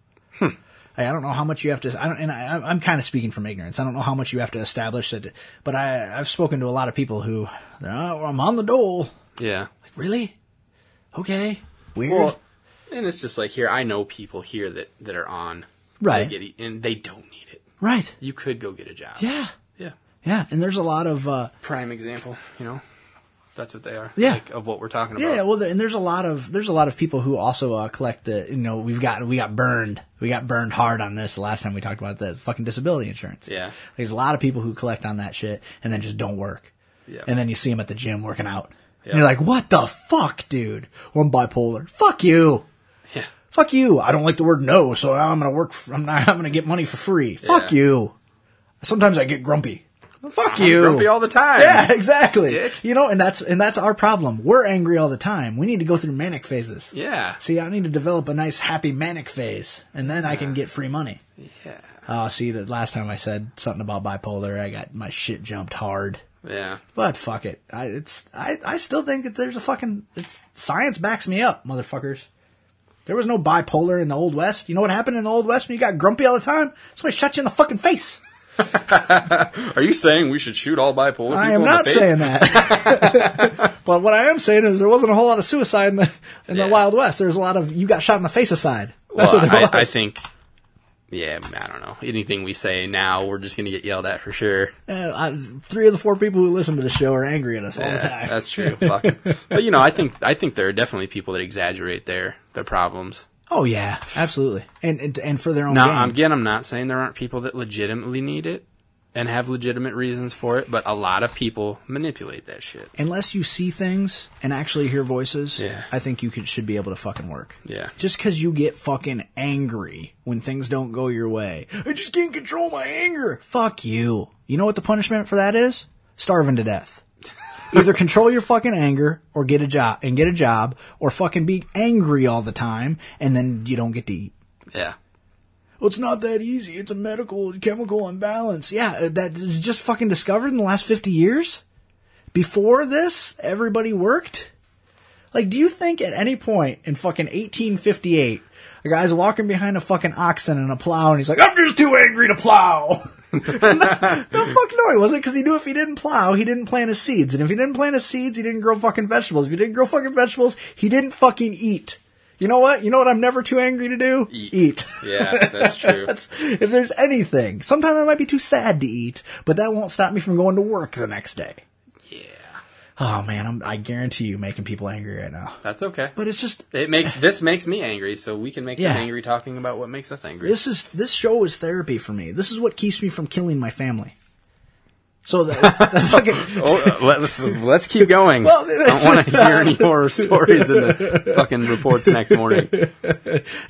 I don't know how much you have to. I don't, and I, I'm kind of speaking from ignorance. I don't know how much you have to establish that. But I, I've spoken to a lot of people who, oh, I'm on the dole.
Yeah.
Really? Okay. Weird.
Well, and it's just like here, I know people here that that are on.
Right.
They get, e, and they don't need it.
right.
You could go get a job.
Yeah.
Yeah.
Yeah. And there's a lot of. Uh,
Prime example. You know. That's what they are.
Yeah.
Like, of what we're talking about.
Yeah, well, there, and there's a lot of there's a lot of people who also uh, collect the. You know, we've got we got burned, we got burned hard on this the last time we talked about the fucking disability insurance.
Yeah.
there's a lot of people who collect on that shit and then just don't work.
Yeah.
and then you see them at the gym working out,
Yeah.
and you're like, "What the fuck, dude? Well, I'm bipolar. Fuck you."
Yeah.
Fuck you. I don't like the word no, so I'm gonna work. f I'm not. I'm gonna get money for free. Fuck
Yeah.
you. Sometimes I get grumpy. Fuck you.
Grumpy all the time.
Yeah, exactly.
Dick.
You know, and that's and that's our problem. We're angry all the time. We need to go through manic phases.
Yeah.
See, I need to develop a nice happy manic phase, and then I can get free money.
Yeah.
Oh, see, the last time I said something about bipolar, I got my shit jumped hard.
Yeah.
But fuck it, I it's I I still think that there's a fucking it's science backs me up, motherfuckers. There was no bipolar in the old west. You know what happened in the old west when you got grumpy all the time? Somebody shot you in the fucking face.
Are you saying we should shoot all bipolar people?
I am
in the
not
face?
saying that. but what I am saying is there wasn't a whole lot of suicide in the in
Yeah.
the Wild West. There was a lot of you got shot in the face aside. That's
well,
what there was.
I, I think. Yeah, I don't know. Anything we say now, we're just gonna get yelled at for sure.
Uh, I- three of the four people who listen to the show are angry at us all the
Yeah,
time.
that's true. Fuck. But you know, I think I think there are definitely people that exaggerate their their problems.
Oh yeah, absolutely. And and, and for their own
Now,
gain.
I'm- again, I'm not saying there aren't people that legitimately need it and have legitimate reasons for it, but a lot of people manipulate that shit.
Unless you see things and actually hear voices,
Yeah.
I think you could, should be able to fucking work.
Yeah.
Just because you get fucking angry when things don't go your way, I just can't control my anger. Fuck you. You know what the punishment for that is? Starving to death. Either control your fucking anger or get a job and get a job or fucking be angry all the time and then you don't get to eat.
Yeah.
Well, it's not that easy. It's a medical chemical imbalance. Yeah, uh, that is just fucking discovered in the last 50 years. Before this, everybody worked. Like, do you think at any point in fucking 1858, a guy's walking behind a fucking oxen and a plow and he's like, I'm just too angry to plow. no, no, fuck no, he wasn't because he knew if he didn't plow, he didn't plant his seeds. And if he didn't plant his seeds, he didn't grow fucking vegetables. If he didn't grow fucking vegetables, he didn't fucking eat. You know what? You know what I'm never too angry to do?
Eat.
eat.
Yeah, that's true.
That's- if there's anything. Sometimes I might be too sad to eat, but that won't stop me from going to work the next day.
yeah.
Oh man, I'm, I guarantee you making people angry right now.
That's okay.
But it's just
it makes this makes me angry, so we can make
Yeah.
them angry talking about what makes us angry.
this is this show is therapy for me. This is what keeps me from killing my family. So the, the fucking
Oh, uh, let's let's keep going.
Well,
I don't want to hear any horror stories in the fucking reports next morning.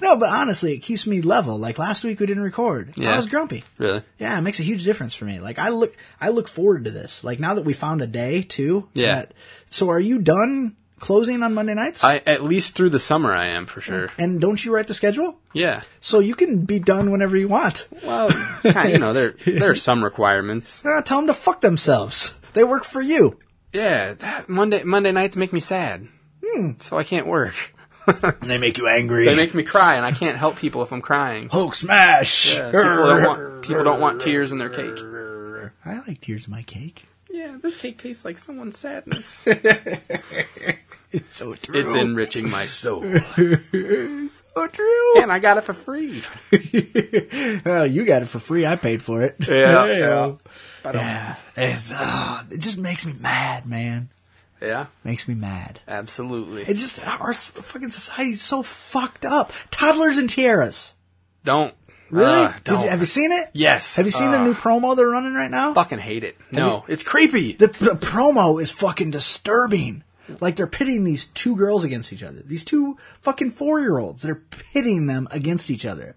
no, but honestly, it keeps me level. Like last week we didn't record. I
Yeah.
was grumpy.
Really?
Yeah, it makes a huge difference for me. Like I look, I look forward to this. Like now that we found a day too.
Yeah.
that- so are you done closing on Monday nights?
I at least through the summer I am for sure.
and don't you write the schedule?
Yeah.
So you can be done whenever you want.
Well, kinda, you know there there are some requirements.
Ah, tell them to fuck themselves. They work for you.
Yeah, that Monday Monday nights make me sad. So I can't work.
And they make you angry.
They make me cry, and I can't help people if I'm crying.
Hulk smash.
People don't want people don't want tears in their cake.
I like tears in my cake.
Yeah, this cake tastes like someone's sadness.
It's so true.
it's enriching my soul,
so true.
and I got it for free.
Oh, you got it for free. I paid for it.
Yeah,
yeah. Yeah. It's, ah, it just makes me mad, man.
Yeah,
Makes me mad.
absolutely.
It's just our s- fucking society's so fucked up. Toddlers and tiaras.
Don't.
Really?
Uh,
Did you-
don't.
have you seen it?
Yes.
Have you seen the
Uh,
new promo they're running right now?
Fucking hate it. No, it's creepy.
the, the promo is fucking disturbing. Like they're pitting these two girls against each other. These two fucking four year olds. They're pitting them against each other.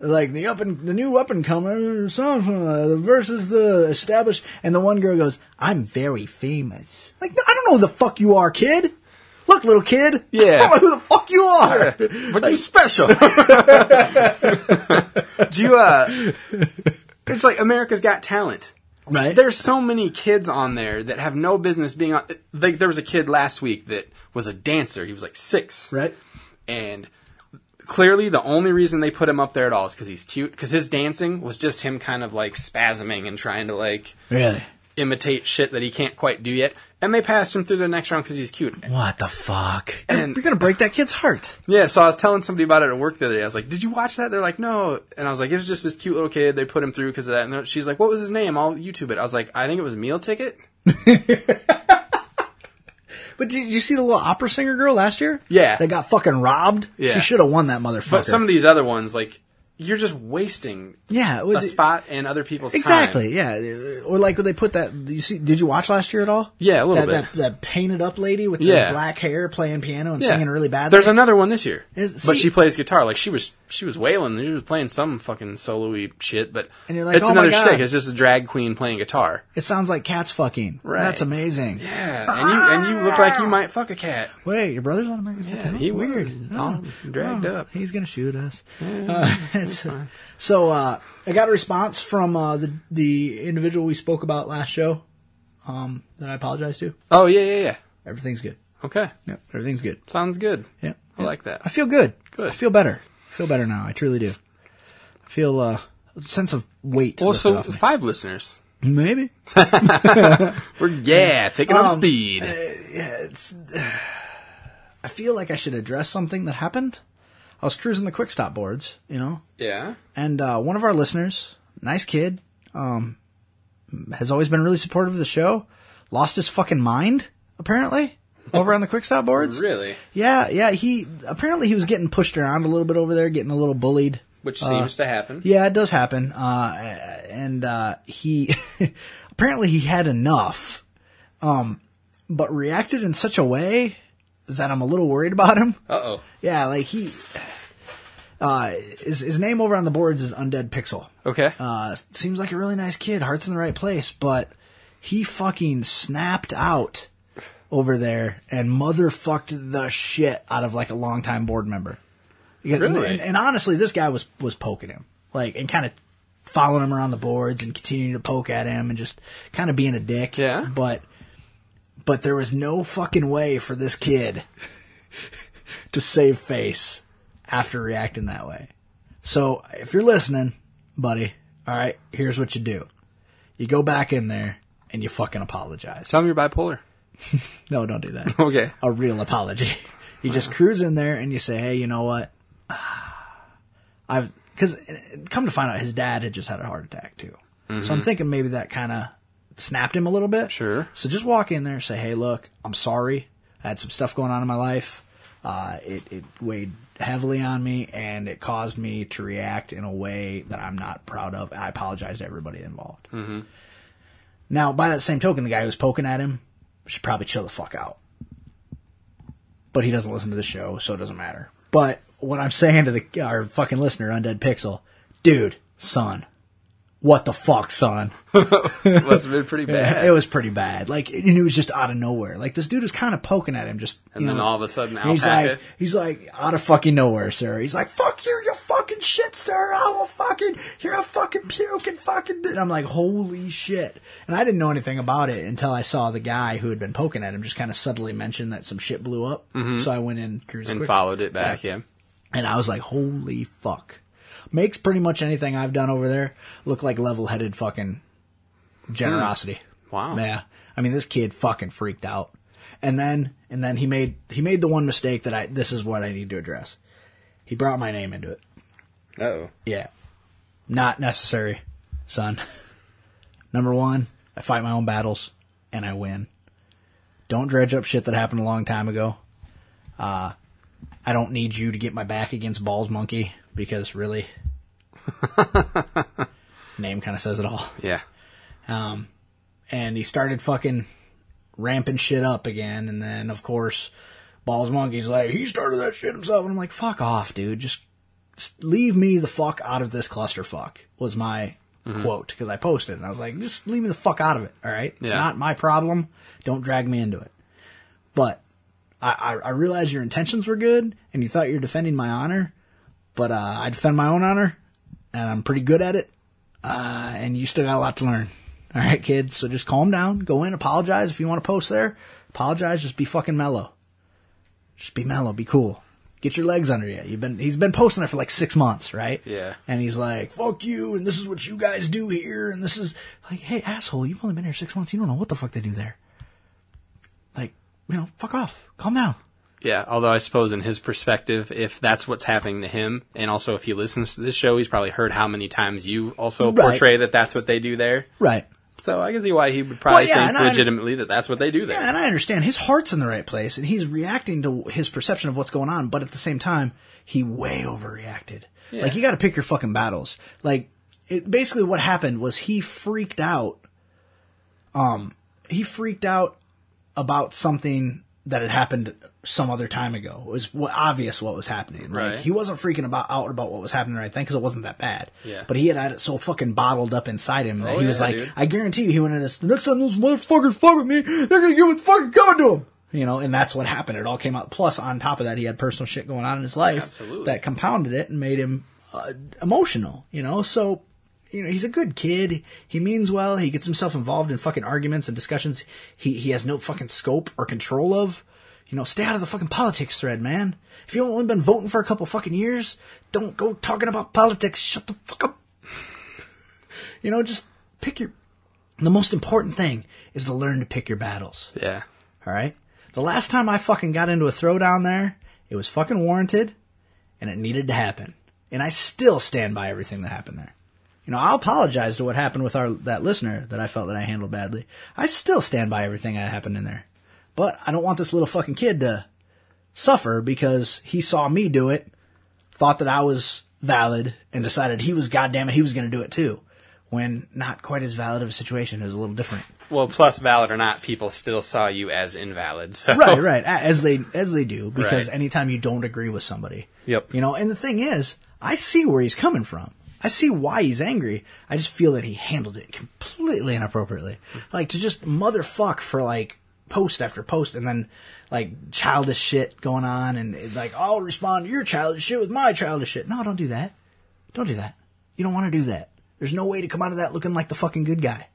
Like the up and the new up and comer uh, versus the established. And the one girl goes, "I'm very famous." Like no, I don't know who the fuck you are, kid. Look, little kid. I
Yeah.
don't know who the fuck you are.
But you special. Do you, uh, it's like America's Got Talent.
Right?
There's so many kids on there that have no business being on. Like, there was a kid last week that was a dancer. He was like six.
right.
And clearly the only reason they put him up there at all is because he's cute. Because his dancing was just him kind of like spasming and trying to like
Really?
imitate shit that he can't quite do yet. And they passed him through the next round because he's cute.
What the fuck?
And-
You're gonna break that kid's heart.
Yeah, so I was telling somebody about it at work the other day. I was like, "Did you watch that?" They're like, "No," and I was like, "It was just this cute little kid. They put him through because of that." And then she's like, "What was his name?" I'll YouTube it. I was like, "I think it was Meal Ticket."
But did you see the little opera singer girl last year?
Yeah.
That got fucking robbed?
Yeah.
She should have won that motherfucker.
But some of these other ones, like, you're just wasting
yeah, it
a
was-
spot and other people's time.
Exactly. Yeah. Or like when they put that. You see? Did you watch last year at all?
Yeah, a
that,
little bit.
That, that painted up lady with
Yeah.
the black hair playing piano and
Yeah.
singing really bad.
There's another one this year,
Is-
but
see-
she plays guitar. Like she was, she was wailing. She was playing some fucking solo-y shit. But
And you're like,
it's
"Oh my
another
God."
shtick. It's just a drag queen playing guitar.
It sounds like cats fucking.
Right.
That's amazing. Yeah.
Yeah, and you and you look like you might fuck a cat.
Wait, your brother's on American.
Yeah,
Football?
he
weird.
was.
Oh,
All dragged
oh,
up.
He's gonna shoot us. Uh, it's- so uh, I got a response from uh, the the individual we spoke about last show. Um, that I apologize to.
Oh yeah, yeah, yeah.
Everything's good.
Okay,
Yep. Everything's good.
sounds good.
Yeah.
I like that.
I feel good.
Good.
I feel better. I feel better now. I truly do. I feel uh, a sense of weight.
Well,
lifted
so
off me.
five listeners.
maybe
We're yeah, picking up
Um,
speed.
I feel like I should address something that happened. I was cruising the quick stop boards, you know,
yeah.
and uh, one of our listeners, nice kid, um, has always been really supportive of the show. Lost his fucking mind apparently over on the quick stop boards.
Really?
Yeah, yeah. He apparently he was getting pushed around a little bit over there, getting a little bullied.
Which seems to happen.
Uh, Yeah, it does happen. Uh, and uh, he apparently he had enough, um, but reacted in such a way that I'm a little worried about him.
Uh
Yeah, like he, uh, his, his name over on the boards is Undead Pixel.
oh. Okay.
Uh, seems like a really nice kid, heart's in the right place, but he fucking snapped out over there and motherfucked the shit out of like a longtime board member. Yeah, and-
Really?
And, and honestly, this guy was was poking him, like, and kind of following him around the boards and continuing to poke at him and just kind of being a dick.
Yeah.
But but there was no fucking way for this kid to save face after reacting that way. So if you're listening, buddy, all right, here's what you do: you go back in there and you fucking apologize.
Tell me you're bipolar.
No, don't do that
Okay.
a real apology. You just cruise in there and you say, "Hey, you know what? I've because come to find out, his dad had just had a heart attack too. So I'm thinking maybe that kind of snapped him a little bit.
Sure.
So just walk in there and say, "Hey, look, I'm sorry. I had some stuff going on in my life. Uh, it it weighed heavily on me and it caused me to react in a way that I'm not proud of. I apologize to everybody involved." Now, by that same token, the guy who's poking at him should probably chill the fuck out but he doesn't listen to the show, so it doesn't matter. But what I'm saying to the our fucking listener, Undead Pixel, dude, son, what the fuck, son?
It must have been pretty bad.
It was pretty bad. Like, it- and it was just out of nowhere. Like this dude is kind of poking at him, just
And
you
then
know,
all of a sudden,
and he's
alpaca.
like, he's like out of fucking nowhere, sir. He's like, fuck you, you fucking shit, sir. I will fucking, you're a fucking puking fucking. And I'm like, holy shit. And I didn't know anything about it until I saw the guy who had been poking at him just kind of subtly mention that some shit blew up. So I went in cruising
Mm-hmm. and
quick.
followed it back. Yeah.
And I was like, holy fuck. Makes pretty much anything I've done over there look like level headed fucking generosity.
Wow.
Yeah. I mean, this kid fucking freaked out. And then, and then he made, he made the one mistake that I, this is what I need to address. He brought my name into it.
Oh.
Yeah. Not necessary, son. Number one, I fight my own battles and I win. Don't dredge up shit that happened a long time ago. Uh, I don't need you to get my back against Balls Monkey because really, name kind of says it all.
Yeah.
And he started fucking ramping shit up again. And then, of course, Balls Monkey's like, he started that shit himself. And I'm like, fuck off, dude. Just leave me the fuck out of this clusterfuck was my quote because I posted and I was like, just leave me the fuck out of it. All right. It's
Yeah.
not my problem. Don't drag me into it. But I, I, I realized your intentions were good and you thought you were defending my honor, but uh, I defend my own honor and I'm pretty good at it. Uh, and you still got a lot to learn. All right, kid. So just calm down. Go in, apologize if you want to post there. Apologize. Just be fucking mellow. Just be mellow. Be cool. get your legs under you. You've been he's been posting it for like six months, right?
Yeah.
And he's like, "Fuck you," and this is what you guys do here, and this is like, "Hey, asshole, you've only been here six months. You don't know what the fuck they do there." Like, you know, fuck off. Calm down.
Yeah, although I suppose in his perspective, if that's what's happening to him, and also if he listens to this show, he's probably heard how many times you also
Right.
portray that that's what they do there.
Right.
So I can see why he would probably
Well, yeah, and
think
I-
legitimately that that's what they do there.
Yeah, and I understand his heart's in the right place, and he's reacting to his perception of what's going on. But at the same time, he way overreacted. Like you got to pick your fucking battles. Like it, basically, what happened was he freaked out. Um, he freaked out about something that had happened some other time ago. It was wa- obvious what was happening. Like,
Right.
He wasn't freaking about out about what was happening right then because it wasn't that bad.
Yeah.
But he had had it so fucking bottled up inside him that
Oh,
he was
yeah,
like,
dude.
I guarantee you, he went in this. The next time those motherfuckers fuck with me, they're gonna get what's fucking coming to them. You know, and that's what happened. It all came out. Plus, on top of that, he had personal shit going on in his life
Absolutely.
that compounded it and made him uh, emotional. You know, so you know he's a good kid. He means well. He gets himself involved in fucking arguments and discussions. He he has no fucking scope or control of. You know, stay out of the fucking politics thread, man. If you've only been voting for a couple fucking years, don't go talking about politics. Shut the fuck up. You know, just pick your. The most important thing is to learn to pick your battles.
Yeah.
All right. The last time I fucking got into a throwdown there, it was fucking warranted, and it needed to happen. And I still stand by everything that happened there. You know, I'll apologize to what happened with our that listener that I felt that I handled badly. I still stand by everything that happened in there. But I don't want this little fucking kid to suffer because he saw me do it, thought that I was valid, and decided he was goddamn it, he was gonna do it too. When not quite as valid of a situation, it was a little different.
Well, plus valid or not, people still saw you as invalid. So
right right a- as they as they do because
Right.
anytime you don't agree with somebody
Yep.
you know and the thing is i see where he's coming from i see why he's angry i just feel that he handled it completely inappropriately like to just motherfuck for like post after post and then like childish shit going on and it, like i'll respond to your childish shit with my childish shit no don't do that don't do that you don't want to do that there's no way to come out of that looking like the fucking good guy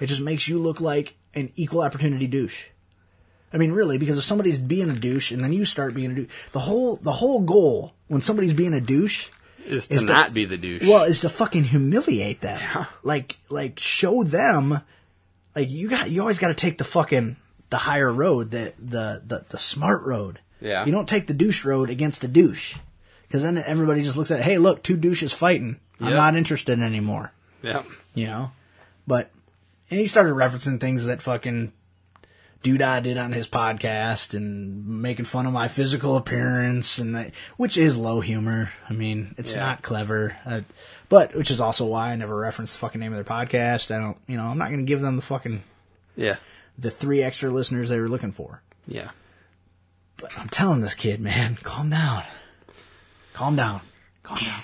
it just makes you look like an equal opportunity douche. I mean, really, because if somebody's being a douche and then you start being a douche, the whole the whole goal when somebody's being a douche,
Is to
Is the-
not be the douche.
well, is to fucking humiliate them. Like like show them, like you got you always got to take the fucking the higher road, the, the the the smart road.
Yeah.
You don't take the douche road against a douche, because then everybody just looks at, hey, look, two douches fighting. I'm
Yep.
not interested anymore
Yep.
you know. But and he started referencing things that fucking dude I did on his podcast and making fun of my physical appearance and that, which is low humor. I mean, it's
Yeah.
not clever, uh, but which is also why I never reference the fucking name of their podcast. I don't, you know, I'm not going to give them the fucking
Yeah.
the three extra listeners they were looking for.
Yeah.
But I'm telling this kid, man, calm down. Calm down. Calm down.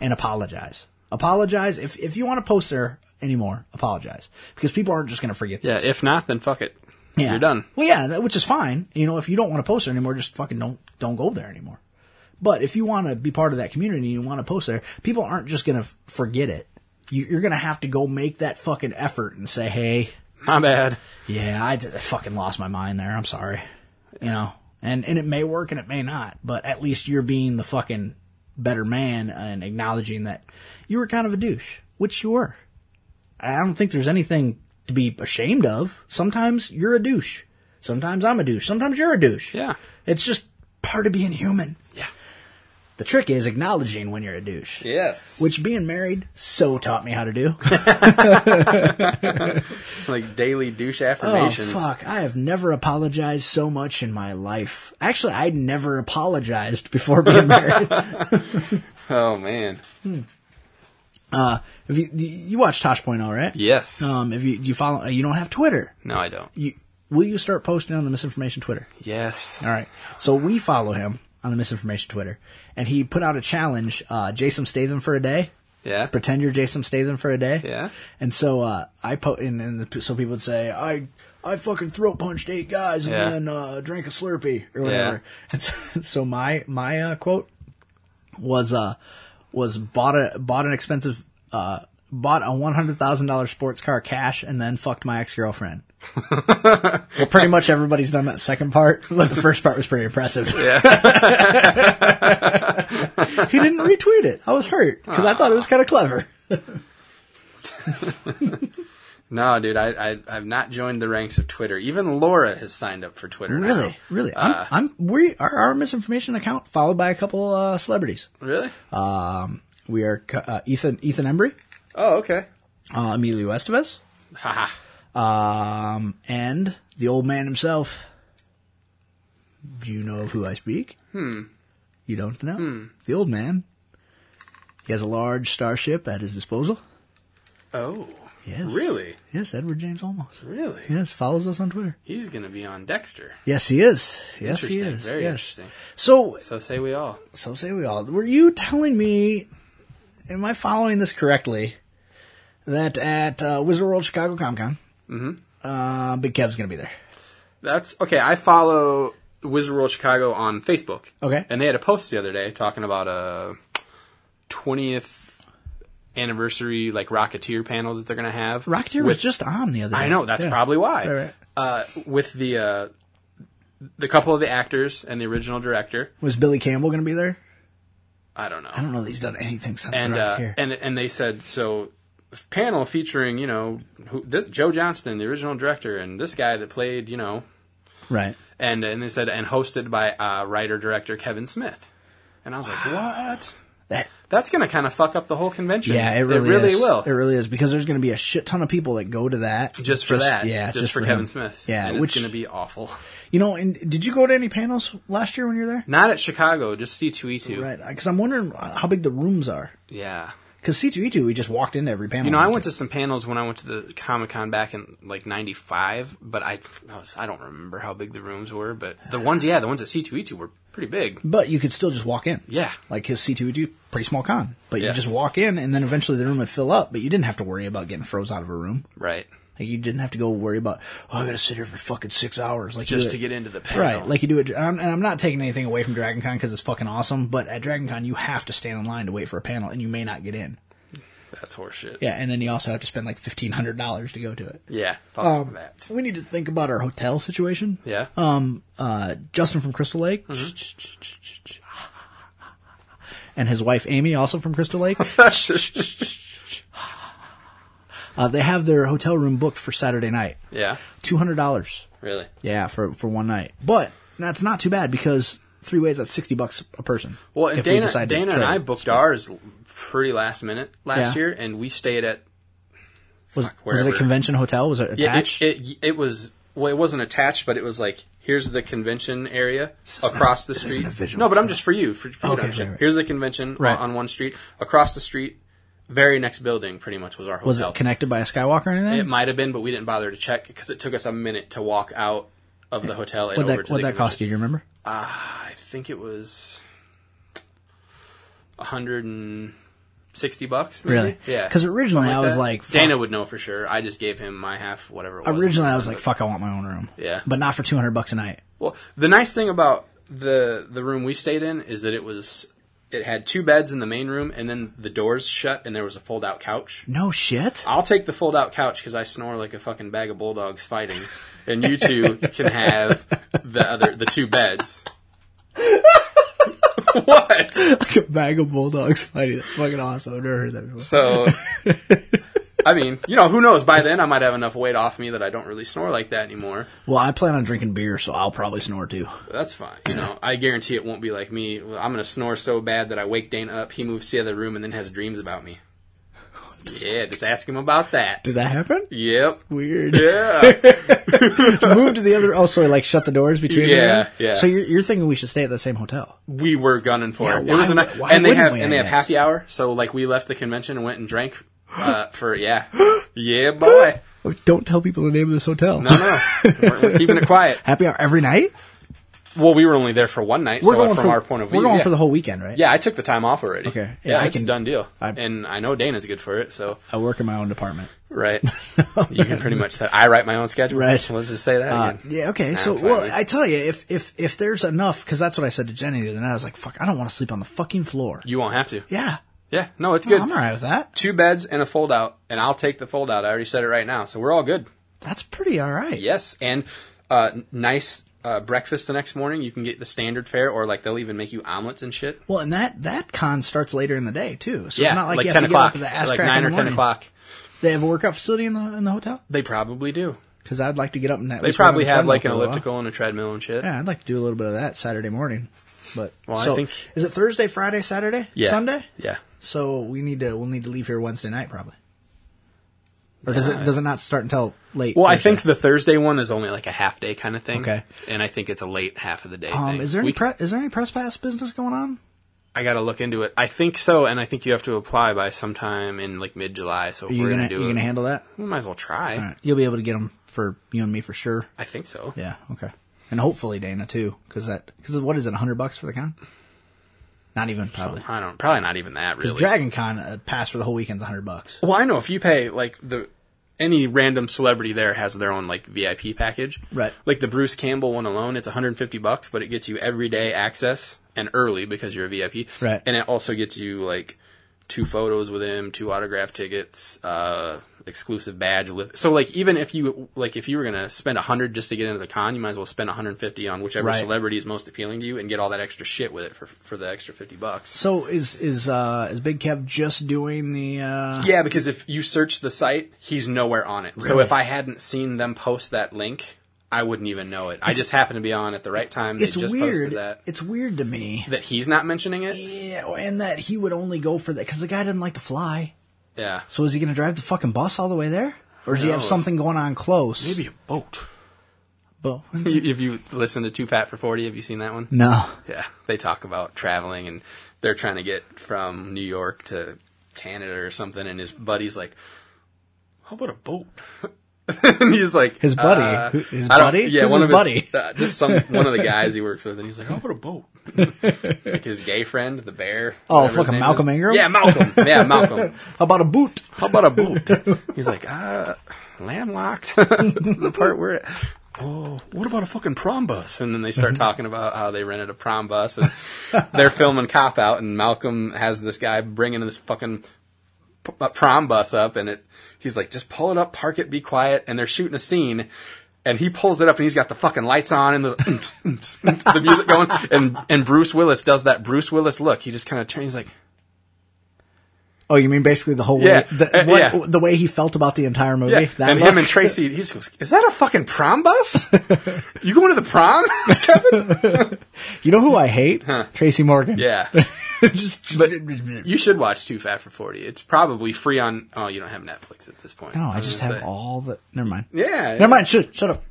And apologize. Apologize. If if you want to post there anymore, apologize. Because people aren't just going to forget
Yeah.
this.
If not, then fuck it.
Yeah.
You're done.
Well, yeah, that, which is fine. You know, if you don't want to post there anymore, just fucking don't don't go there anymore. But if you want to be part of that community and you want to post there, people aren't just going to forget it. You, you're going to have to go make that fucking effort and say, hey,
My bad.
yeah, I, d- I fucking lost my mind there. I'm sorry. You know, and and it may work and it may not, but at least you're being the fucking better man and acknowledging that you were kind of a douche, which you were. I don't think there's anything to be ashamed of. Sometimes you're a douche. Sometimes I'm a douche. Sometimes you're a douche.
Yeah.
It's just part of being human.
Yeah.
The trick is acknowledging when you're a douche.
Yes.
Which being married so taught me how to do.
like daily douche
Oh
affirmations.
fuck! I have never apologized so much in my life. Actually, I never apologized before being married.
Oh, man.
If you you watch Tosh Point all right?
Yes.
Um, if you do you follow, you don't have Twitter.
no, I don't.
You will you start posting on the misinformation Twitter?
Yes.
All right. So we follow him on the misinformation Twitter, and he put out a challenge: uh, Jason Statham for a day.
Yeah.
pretend you're Jason Statham for a day.
Yeah.
And so uh, I po and, and the, so people would say I I fucking throat punched eight guys and
Yeah.
then uh, drank a Slurpee or whatever.
Yeah.
And so, so my my uh, quote was uh was bought a bought an expensive uh bought a one hundred thousand dollar sports car cash and then fucked my ex girlfriend. well, pretty much everybody's done that second part. But the first part was pretty impressive. Yeah. he didn't retweet it. I was hurt because I thought it was kind of clever.
No, dude, I, I I've not joined the ranks of Twitter. Even Laura has signed up for Twitter. now.
Really, really.
Uh,
I'm, I'm we our, our misinformation account followed by a couple uh, celebrities.
Really?
Um, we are co- uh, Ethan Ethan Embry,
Oh, okay.
uh, Emilio Estevez,
Haha.
um, and the old man himself. Do you know of who I speak? Hmm. You don't know
Hmm.
the old man. He has a large starship at his disposal.
Oh.
Yes.
Really?
Yes, Edward James Olmos.
Really?
Yes, follows us on Twitter.
He's gonna be on Dexter.
Yes, he is. Yes, he
Interesting.
is.
Very
yes.
interesting.
So,
So say we all.
so say we all. Were you telling me? Am I following this correctly? That at uh, Wizard World Chicago Comic Con,
Mm-hmm.
uh, Big Kev's gonna be there.
That's okay. I follow Wizard World Chicago on Facebook.
Okay.
And they had a post the other day talking about a 20th anniversary like Rocketeer panel that they're gonna have.
Rocketeer was
with
just on the other day.
I know that's
Yeah.
probably why.
Right, right.
Uh, with the uh, the couple of the actors and the original director.
Was Billy Campbell gonna be there?
I don't know.
I don't know that he's done anything since
and uh,
Rocketeer.
and and they said so panel featuring you know who, this, Joe Johnston, the original director, and this guy that played you know
right.
and and they said and hosted by uh, writer director Kevin Smith. And I was like, what?
That-
That's gonna kind of fuck up the whole convention.
yeah, it really, is.
will.
It really is because there's gonna be a shit ton of people that go to that
just for that,
Yeah,
just, for, Kevin
him.
Smith.
Yeah,
and
which
it's gonna be awful.
You know, and did you go to any panels last year when you were there?
Not at Chicago, just C two E two.
Right, because I'm wondering how big the rooms are.
Yeah.
Because C2E2, E we just walked into every panel.
You know, I went to some panels when I went to the Comic Con back in like '95, but I I, was, I don't remember how big the rooms were, but the ones, yeah, the ones at C2E2 were pretty big.
But you could still just walk in.
Yeah.
Like his C2E2, E pretty small con. But
Yeah.
you just walk in, and then eventually the room would fill up, but you didn't have to worry about getting froze out of a room.
Right.
Like, you didn't have to go worry about, oh, I gotta sit here for fucking six hours. Like, you do
Just to
it-
get into the panel.
Right, like you do it, and I'm, and I'm not taking anything away from Dragon Con because it's fucking awesome, but at Dragon Con, you have to stand in line to wait for a panel, and you may not get in.
that's horseshit.
Yeah, and then you also have to spend like $1,500 to go to it. Um,
Yeah. Fuck that.
We need to think about our hotel situation.
Yeah.
Um, uh, Justin from Crystal Lake.
Mm-hmm.
And his wife Amy, also from Crystal Lake. uh, they have their hotel room booked for Saturday night.
yeah.
$200.
Really.
Yeah, for, for one night. But that's not too bad because three ways, that's 60 bucks a person.
Well, and
If we
Dana,
decide to
Dana and
trade.
I booked ours pretty last minute last
Yeah.
year, and we stayed at
Was,
fuck,
was it a
wherever.
convention hotel? Was it
Yeah,
attached?
it, it, it was. Well, it wasn't attached, but it was like here's the convention area across the street.
a visual
no, but I'm just for you. For, for you to
Okay,
understand.
right, right.
Here's the convention
Right.
on, on one street, across the street, very next building. Pretty much was our hotel.
was it connected by a skywalk or anything?
It might have been, but we didn't bother to check because it took us a minute to walk out of the hotel and
what'd
over
that,
to
what'd
the
that cost you? Do you remember?
I think it was hundred and sixty bucks. Maybe?
Really?
Yeah.
'Cause originally
Something
I was
that.
like, fuck.
Dana would know for sure. I just gave him my half, whatever. it was.
Originally, I was like, fuck, I want my own room.
Yeah.
But not for 200 bucks a night.
Well, the nice thing about the the room we stayed in is that it was it had two beds in the main room, and then the doors shut, and there was a fold out couch.
No shit.
I'll take the fold out couch because I snore like a fucking bag of bulldogs fighting, and you two can have the other the two beds. what?
Like a bag of bulldogs fighting. That's fucking awesome. I've never heard that before.
So, I mean, you know, who knows? By then, I might have enough weight off me that I don't really snore like that anymore.
Well, I plan on drinking beer, so I'll probably snore too.
That's fine. You know, I guarantee it won't be like me. I'm gonna snore so bad that I wake Dana up, he moves to the other room, and then has dreams about me. Yeah, just ask him about that.
Did that happen?
Yep.
Weird.
Yeah.
Move to the other. Oh, so like shut the doors between. the
Yeah,
room?
yeah.
So you're, you're thinking we should stay at the same hotel?
we were gunning for
Yeah,
it.
why
it was a
would-
night-
why
and they
wouldn't
have
we,
and they
I
have
guess?
happy hour. So like we left the convention and went and drank uh, for yeah, yeah, boy.
Oh, don't tell people the name of this hotel.
No, no, we're, we're keeping it quiet.
Happy hour every night.
Well, we were only there for one night, so uh, from
for
our point of view,
We're going
yeah.
for the whole weekend, right?
Yeah, I took the time off already.
Okay.
Yeah,
Yeah, I
it's
can-
a done deal.
I-
and I know Dana's good for it, so
I work in my own department.
right. you can pretty much say I write my own schedule.
Right.
Let's just say that
Uh,
again.
yeah. Okay.
Nah,
So,
I'm fine
well,
with it.
I tell you, if if if there's enough, because that's what I said to Jenny the other night. I was like, fuck, I don't want to sleep on the fucking floor.
you won't have to.
Yeah.
Yeah. No, it's good.
I'm alright with that.
Two beds and a fold out, and I'll take the fold out. I already said it right now, so we're all good.
That's pretty all right.
Yes, and uh, nice uh, breakfast the next morning. You can get the standard fare, or like they'll even make you omelets and shit.
Well, and that that con starts later in the day too, so
yeah,
it's not like,
like
you have
ten
to get up
o'clock,
at the ass
like
crack
nine
in
or
the
ten
morning.
o'clock.
They have a workout facility in the in the hotel
They probably do.
because I'd like to get up and at
They
least run on
probably
the
have
treadmill
like an
for a while.
elliptical and a treadmill and shit.
Yeah, I'd like to do a little bit of that Saturday morning. But
Well, I
so,
think-
is it Thursday, Friday, Saturday,
Yeah.
Sunday?
Yeah.
So we need to we'll need to leave here Wednesday night probably. Or does
Yeah.
it does it not start until late?
Well, I
Thursday?
think the Thursday one is only like a half day kind of thing.
Okay.
And I think it's a late half of the day.
Um,
thing.
is there any
We-
pre- is there any press pass business going on?
I gotta look into it. I think so, and I think you have to apply by sometime in like mid July. So if
Are you
we're
gonna,
do
you
it.
gonna handle that?
We might as well try.
All right. You'll be able to get them for you and me for sure.
I think so.
Yeah. Okay. And hopefully Dana too, because that because what is it? hundred bucks for the con? Not even probably.
I don't. Probably not even that
Because
really.
Dragon Con uh, pass for the whole weekend's hundred bucks.
well, I know if you pay like the any random celebrity there has their own like VIP package.
Right.
Like the Bruce Campbell one alone, it's 150 bucks, but it gets you everyday access and early because you're a VIP.
Right.
And it also gets you like two photos with him, two autograph tickets, uh, exclusive badge with. So like even if you like if you were gonna spend 100 just to get into the con, you might as well spend 150 on whichever
Right.
celebrity is most appealing to you and get all that extra shit with it for for the extra 50 bucks.
So is is uh is Big Kev just doing the? uh
Yeah, because if you search the site, he's nowhere on it. So
Really?
if I hadn't seen them post that link, I wouldn't even know it. I just happened to be on at the right time. They
It's
just
weird.
posted that.
It's weird to me.
That he's not mentioning it?
Yeah, and that he would only go for that because the guy didn't like to fly.
Yeah.
So is he going to drive the fucking bus all the way there, or does he have
knows?
something going on close?
a boat.
But,
If you listen to Too Fat for 40, have you seen that one?
no.
Yeah. They talk about traveling and they're trying to get from New York to Canada or something, and his buddy's like, How about a boat? and he's like,
His buddy?
uh,
Who- his
I don't-
buddy?
Yeah,
Who's
one
his
of his,
buddy?
uh, just some one of the guys he works with, and he's like, "How about a boat?" like his gay friend, the bear.
Oh,
whatever his
fucking
name
Malcolm
is.
Ingram?
Yeah, Malcolm. Yeah, Malcolm.
How about a boot?
How about a boot? He's like, uh, landlocked. the part where, it, oh, what about a fucking prom bus? And then they start talking about how they rented a prom bus and they're filming Cop Out and Malcolm has this guy bringing this fucking p- uh, prom bus up and it, he's like, just pull it up, park it, be quiet. And they're shooting a scene. And he pulls it up and he's got the fucking lights on and the, the music going. And, and Bruce Willis does that Bruce Willis look. He just kind of turns, he's like,
Oh, you mean basically the whole
Yeah,
way, the,
uh,
what,
yeah.
the way he felt about the entire movie?
Yeah,
That
and
look?
him and Tracy, he just goes, "Is that a fucking prom bus? you going to the prom, Kevin?"
you know who I hate? Tracy Morgan.
Yeah,
Just
but you should watch Too Fat for Forty. It's probably free on. Oh, you don't have Netflix at this point.
no, I
was
just
gonna
have
say.
all the. Never mind.
Yeah, yeah.
Never mind. Shut, shut up.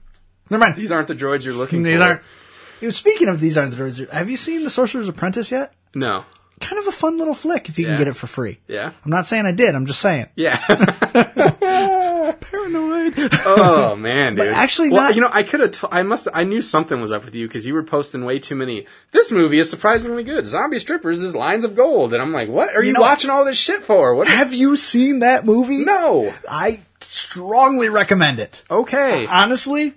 Never mind.
These aren't the droids you're looking.
These
for.
aren't. You know, Speaking of these aren't the droids. Have you seen The Sorcerer's Apprentice yet?
No.
Kind of a fun little flick if you
Yeah.
can get it for free.
Yeah.
I'm not saying I did. I'm just saying.
Yeah.
Paranoid.
oh man, dude.
But actually
well,
not-
you know, I could have. T- I must. I knew something was up with you because you were posting way too many. This movie is surprisingly good. Zombie strippers is lines of gold, and I'm like, what are you,
know-
watching all this shit for? What?
Have you seen that movie?
no.
I strongly recommend it.
Okay.
Honestly,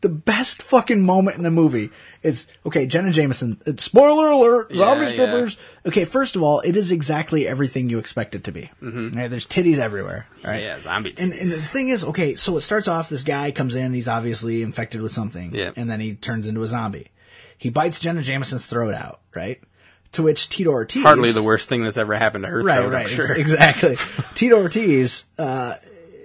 the best fucking moment in the movie is okay. Jenna Jameson. uh, Spoiler alert: zombie
Yeah, yeah.
strippers. Okay, first of all, it is exactly everything you expect it to be. Mm-hmm. there's titties everywhere. Right?
Yeah, zombie
And, and the thing is, okay, so it starts off. This guy comes in. He's obviously infected with something.
Yeah.
And then he turns into a zombie. He bites Jenna Jameson's throat out. Right. To which Tito Ortiz
hardly the worst thing that's ever happened to her
right,
throat,
right,
I'm
ex-
sure.
exactly. Tito Ortiz uh,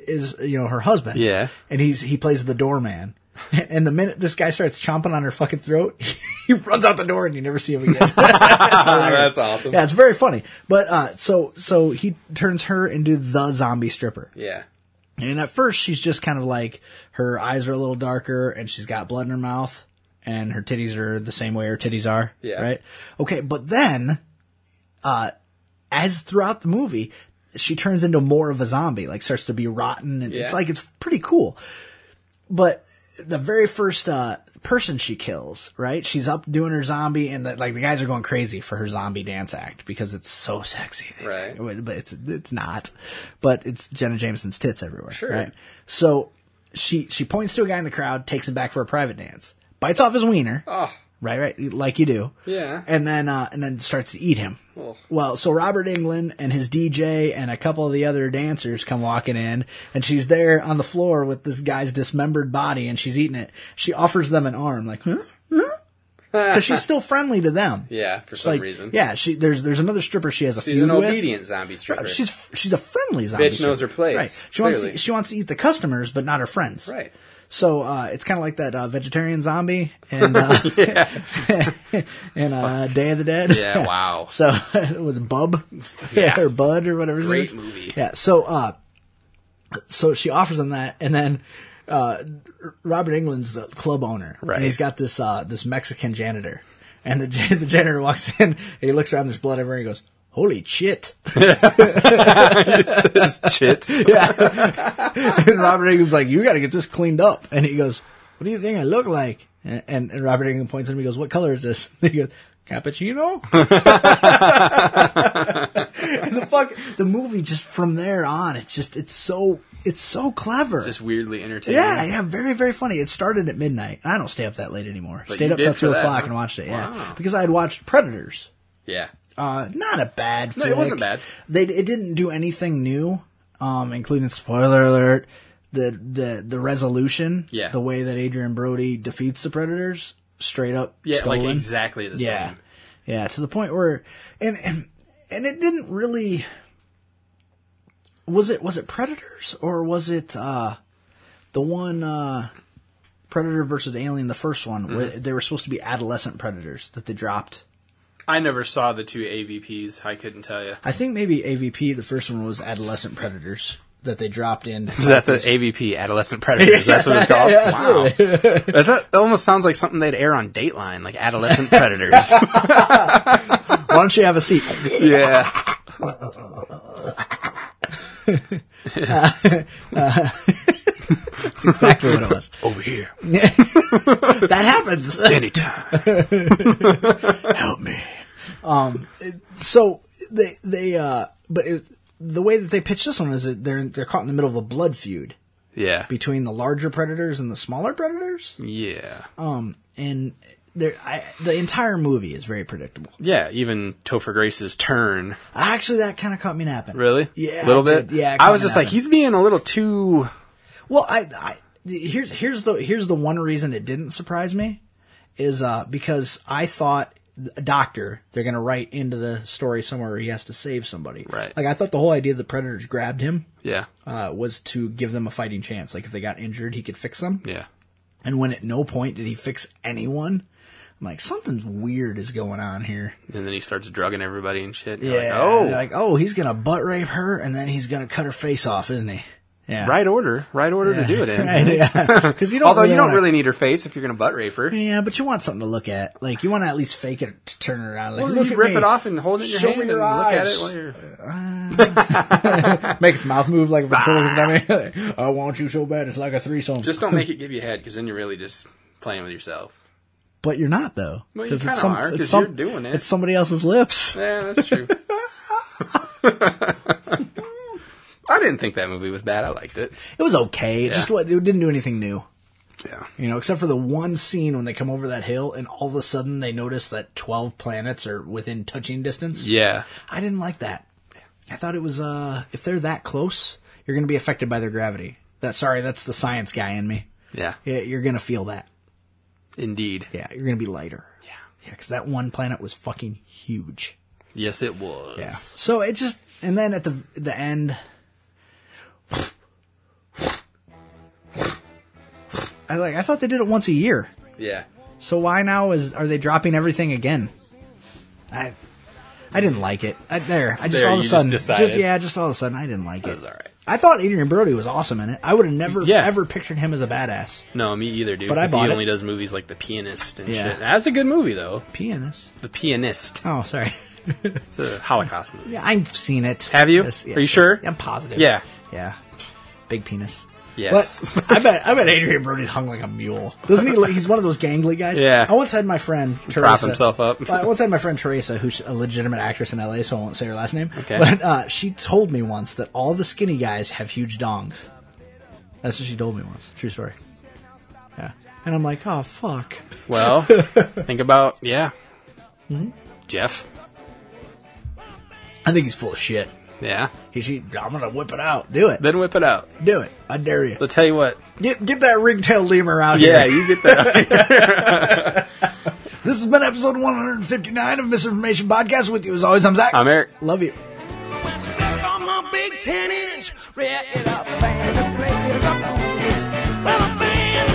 is you know her husband.
Yeah.
and he's he plays the doorman. And the minute this guy starts chomping on her fucking throat, he runs out the door, and you never see him again. That's hilarious.
Ah, That's awesome.
Yeah, it's very funny. But uh, so so he turns her into the zombie stripper.
Yeah.
And at first, she's just kind of like her eyes are a little darker, and she's got blood in her mouth, and her titties are the same way her titties are.
Yeah.
Right. Okay, but then, uh, as throughout the movie, she turns into more of a zombie, like starts to be rotten, and it's
Yeah.
like it's pretty cool. But the very first uh person she kills, right? She's up doing her zombie, and the, like the guys are going crazy for her zombie dance act because it's so sexy. They
Right.
think but but it's it's not. But it's Jenna Jameson's tits everywhere.
Sure.
Right? So she she points to a guy in the crowd, takes him back for a private dance, bites off his wiener,
Oh.
right? Right, like you do.
Yeah.
And then uh, and then starts to eat him.
Well.
Well, so Robert England and his DJ and a couple of the other dancers come walking in, and she's there on the floor with this guy's dismembered body, and she's eating it. She offers them an arm, like, huh? Because she's still friendly to them.
Yeah, for
It's
some
like,
reason.
Yeah, she there's there's another stripper she has a
She's
feud
an
with.
obedient zombie stripper.
Right, She's she's a friendly zombie.
Bitch knows
stripper.
her place,
Right. She wants to,
clearly.
she wants to eat the customers, but not her friends.
Right.
So uh, it's kind of like that uh, vegetarian zombie and uh, and uh, Day of the Dead.
Yeah, wow.
So it was Bub
Yeah.
or Bud or whatever. his
Great
name is.
movie.
Yeah. So uh, so she offers him that, and then uh, Robert England's the club owner,
Right.
And he's got this uh, this Mexican janitor, and the jan- the janitor walks in, and he looks around, there's blood everywhere, and he goes, "Holy shit!"
Shit.
and Robert England's like, "You got to get this cleaned up," and he goes, "What do you think I look like?" And, and, and Robert England points at him, he goes, "What color is this?" And he goes. Cappuccino. and the fuck, the movie just from there on, it's just it's so it's so clever.
Just weirdly entertaining.
Yeah, yeah, very, very funny. It started at midnight. I don't stay up that late anymore.
But
Stayed
you
up
did
till
for
two
that,
o'clock
huh?
and watched it. Yeah,
Wow.
because I had watched Predators.
Yeah.
Uh, not a bad.
No,
Flick.
it wasn't bad.
They it didn't do anything new, um, including spoiler alert. The the the resolution.
Yeah.
The way that Adrian Brody defeats the Predators, straight up.
Yeah,
stolen.
like exactly the
Yeah,
same.
yeah. To the point where, and and and it didn't really. Was it was it Predators or was it uh, the one uh, Predator versus Alien, the first one where
Mm-hmm.
they were supposed to be adolescent predators that they dropped.
I never saw the two AVPs. I couldn't tell you.
I think maybe AVP, the first one was adolescent predators that they dropped in.
Is that the AVP, Adolescent Predators? That's what it's called.
Yeah, absolutely.
Wow, That's that almost sounds like something they'd air on Dateline, like Adolescent Predators.
Why don't you have a seat?
yeah,
That's exactly what it was.
over here
That happens.
anytime.
help me. Um, it- so they they uh, but it, the way that they pitch this one is that they're they're caught in the middle of a blood feud
Yeah,
between the larger predators and the smaller predators.
yeah,
Um, and there, I, the entire movie is very predictable.
yeah. Even Topher Grace's turn,
Actually, that kind of caught me napping.
really?
Yeah,
a little
I
bit.
did. Yeah, it
I was
kinda
just like,
happened.
he's being a little too.
Well, I, I here's here's the here's the one reason it didn't surprise me is uh because I thought a doctor they're gonna write into the story somewhere where he has to save somebody.
Right.
Like I thought the whole idea that predators grabbed him
Yeah,
uh, was to give them a fighting chance. Like if they got injured, he could fix them.
yeah.
And when at no point did he fix anyone, I'm like something's weird is going on here.
And then he starts drugging everybody and shit. and you're
Yeah.
like, oh,
You're like oh, he's gonna butt rape her and then he's gonna cut her face off, isn't he? Yeah.
right order, right order to do it in.
Right, yeah. 'Cause you don't
Although you don't
wanna-
really need her face if you're gonna butt rape her.
Yeah, but you want something to look at. Like you want to at least fake it to turn it around. Like
Well,
look
you
at
rip
me.
it off and hold it in your
Show
hand
me
and
your
look at
eyes.
it while you're.
Make its mouth move like a ventriloquist. dummy. I want you so bad, it's like a threesome.
Ah. Just don't make it give you head, because then you're really just playing with yourself.
but you're not though,
Well, you
it's
kinda
some,
are,
it's
'cause
some-
you're doing it.
It's somebody else's lips.
Yeah, that's true. I didn't think that movie was bad. I liked it.
It was okay. It
Yeah.
just wa- it didn't do anything new.
Yeah.
You know, except for the one scene when they come over that hill and all of a sudden they notice that 12 planets are within touching distance.
Yeah.
I didn't like that. I thought it was uh if they're that close, you're going to be affected by their gravity. That sorry, that's the science guy in me.
Yeah.
Yeah, you're going to feel that.
Indeed.
Yeah, you're going to be lighter. Yeah. Yeah, cuz that one planet was fucking huge.
Yes, it was.
So it just and then at the the end I like I thought they did it once a year.
Yeah.
So why now is are they dropping everything again? I I didn't like it. I, there, I just
There,
all of
you
a
just
sudden,
decided.
yeah, just all of a sudden, I didn't like it.
was all right.
I thought Adrian Brody was awesome in it. I would have never
Yeah.
ever pictured him as a badass
No, me either, dude.
But I
'cause
bought
he
it.
only does movies like The Pianist and
Yeah.
shit. That's a good movie, though.
pianist.
The Pianist.
Oh, sorry.
It's a Holocaust movie.
Yeah, I've seen it.
Have you? Are you sure?
I'm positive.
Yeah.
yeah. Big penis.
Yes.
But I bet I bet Adrian Brody's hung like a mule. Doesn't he? look- He's one of those gangly guys.
Yeah.
I once had my friend Teresa,
himself up.
I once had my friend Teresa, who's a legitimate actress in LA, so I won't say her last name.
Okay.
But uh, she told me once that all the skinny guys have huge dongs. That's what she told me once. True story. Yeah. And I'm like, oh fuck.
Well, think about yeah,
Mm-hmm.
Jeff.
I think he's full of shit.
Yeah,
He's, he, I'm gonna whip it out. Do it.
then whip it out.
Do it. I dare you.
I'll tell you what.
Get, get that ringtail lemur out
Yeah,
here.
you get that.
This has been episode 159 of Misinformation Podcast. With you as always, I'm Zach.
I'm Eric.
Love you.
on my big ten inch, red it up, band that plays a blues. Well, a band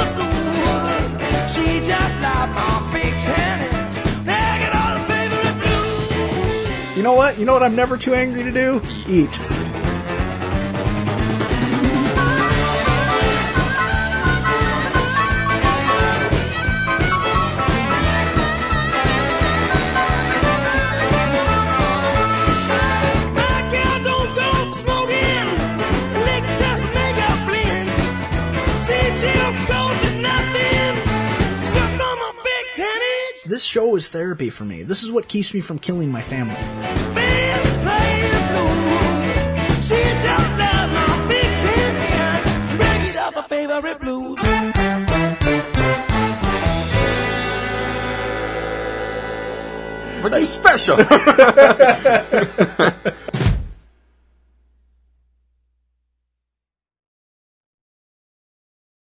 that plays a blues. She just like my big ten inch, ragged on her favorite blues.
You know what? You know what I'm never too angry to do? Eat.
My gal don't go smoking, lick just make her flinch. See, she don't go to nothing, suck on my big ten inch.
This show is therapy for me. This is what keeps me from killing my family.
band playing the blues. She don't love my big ten inch, ragged off her favorite blues.
But you special.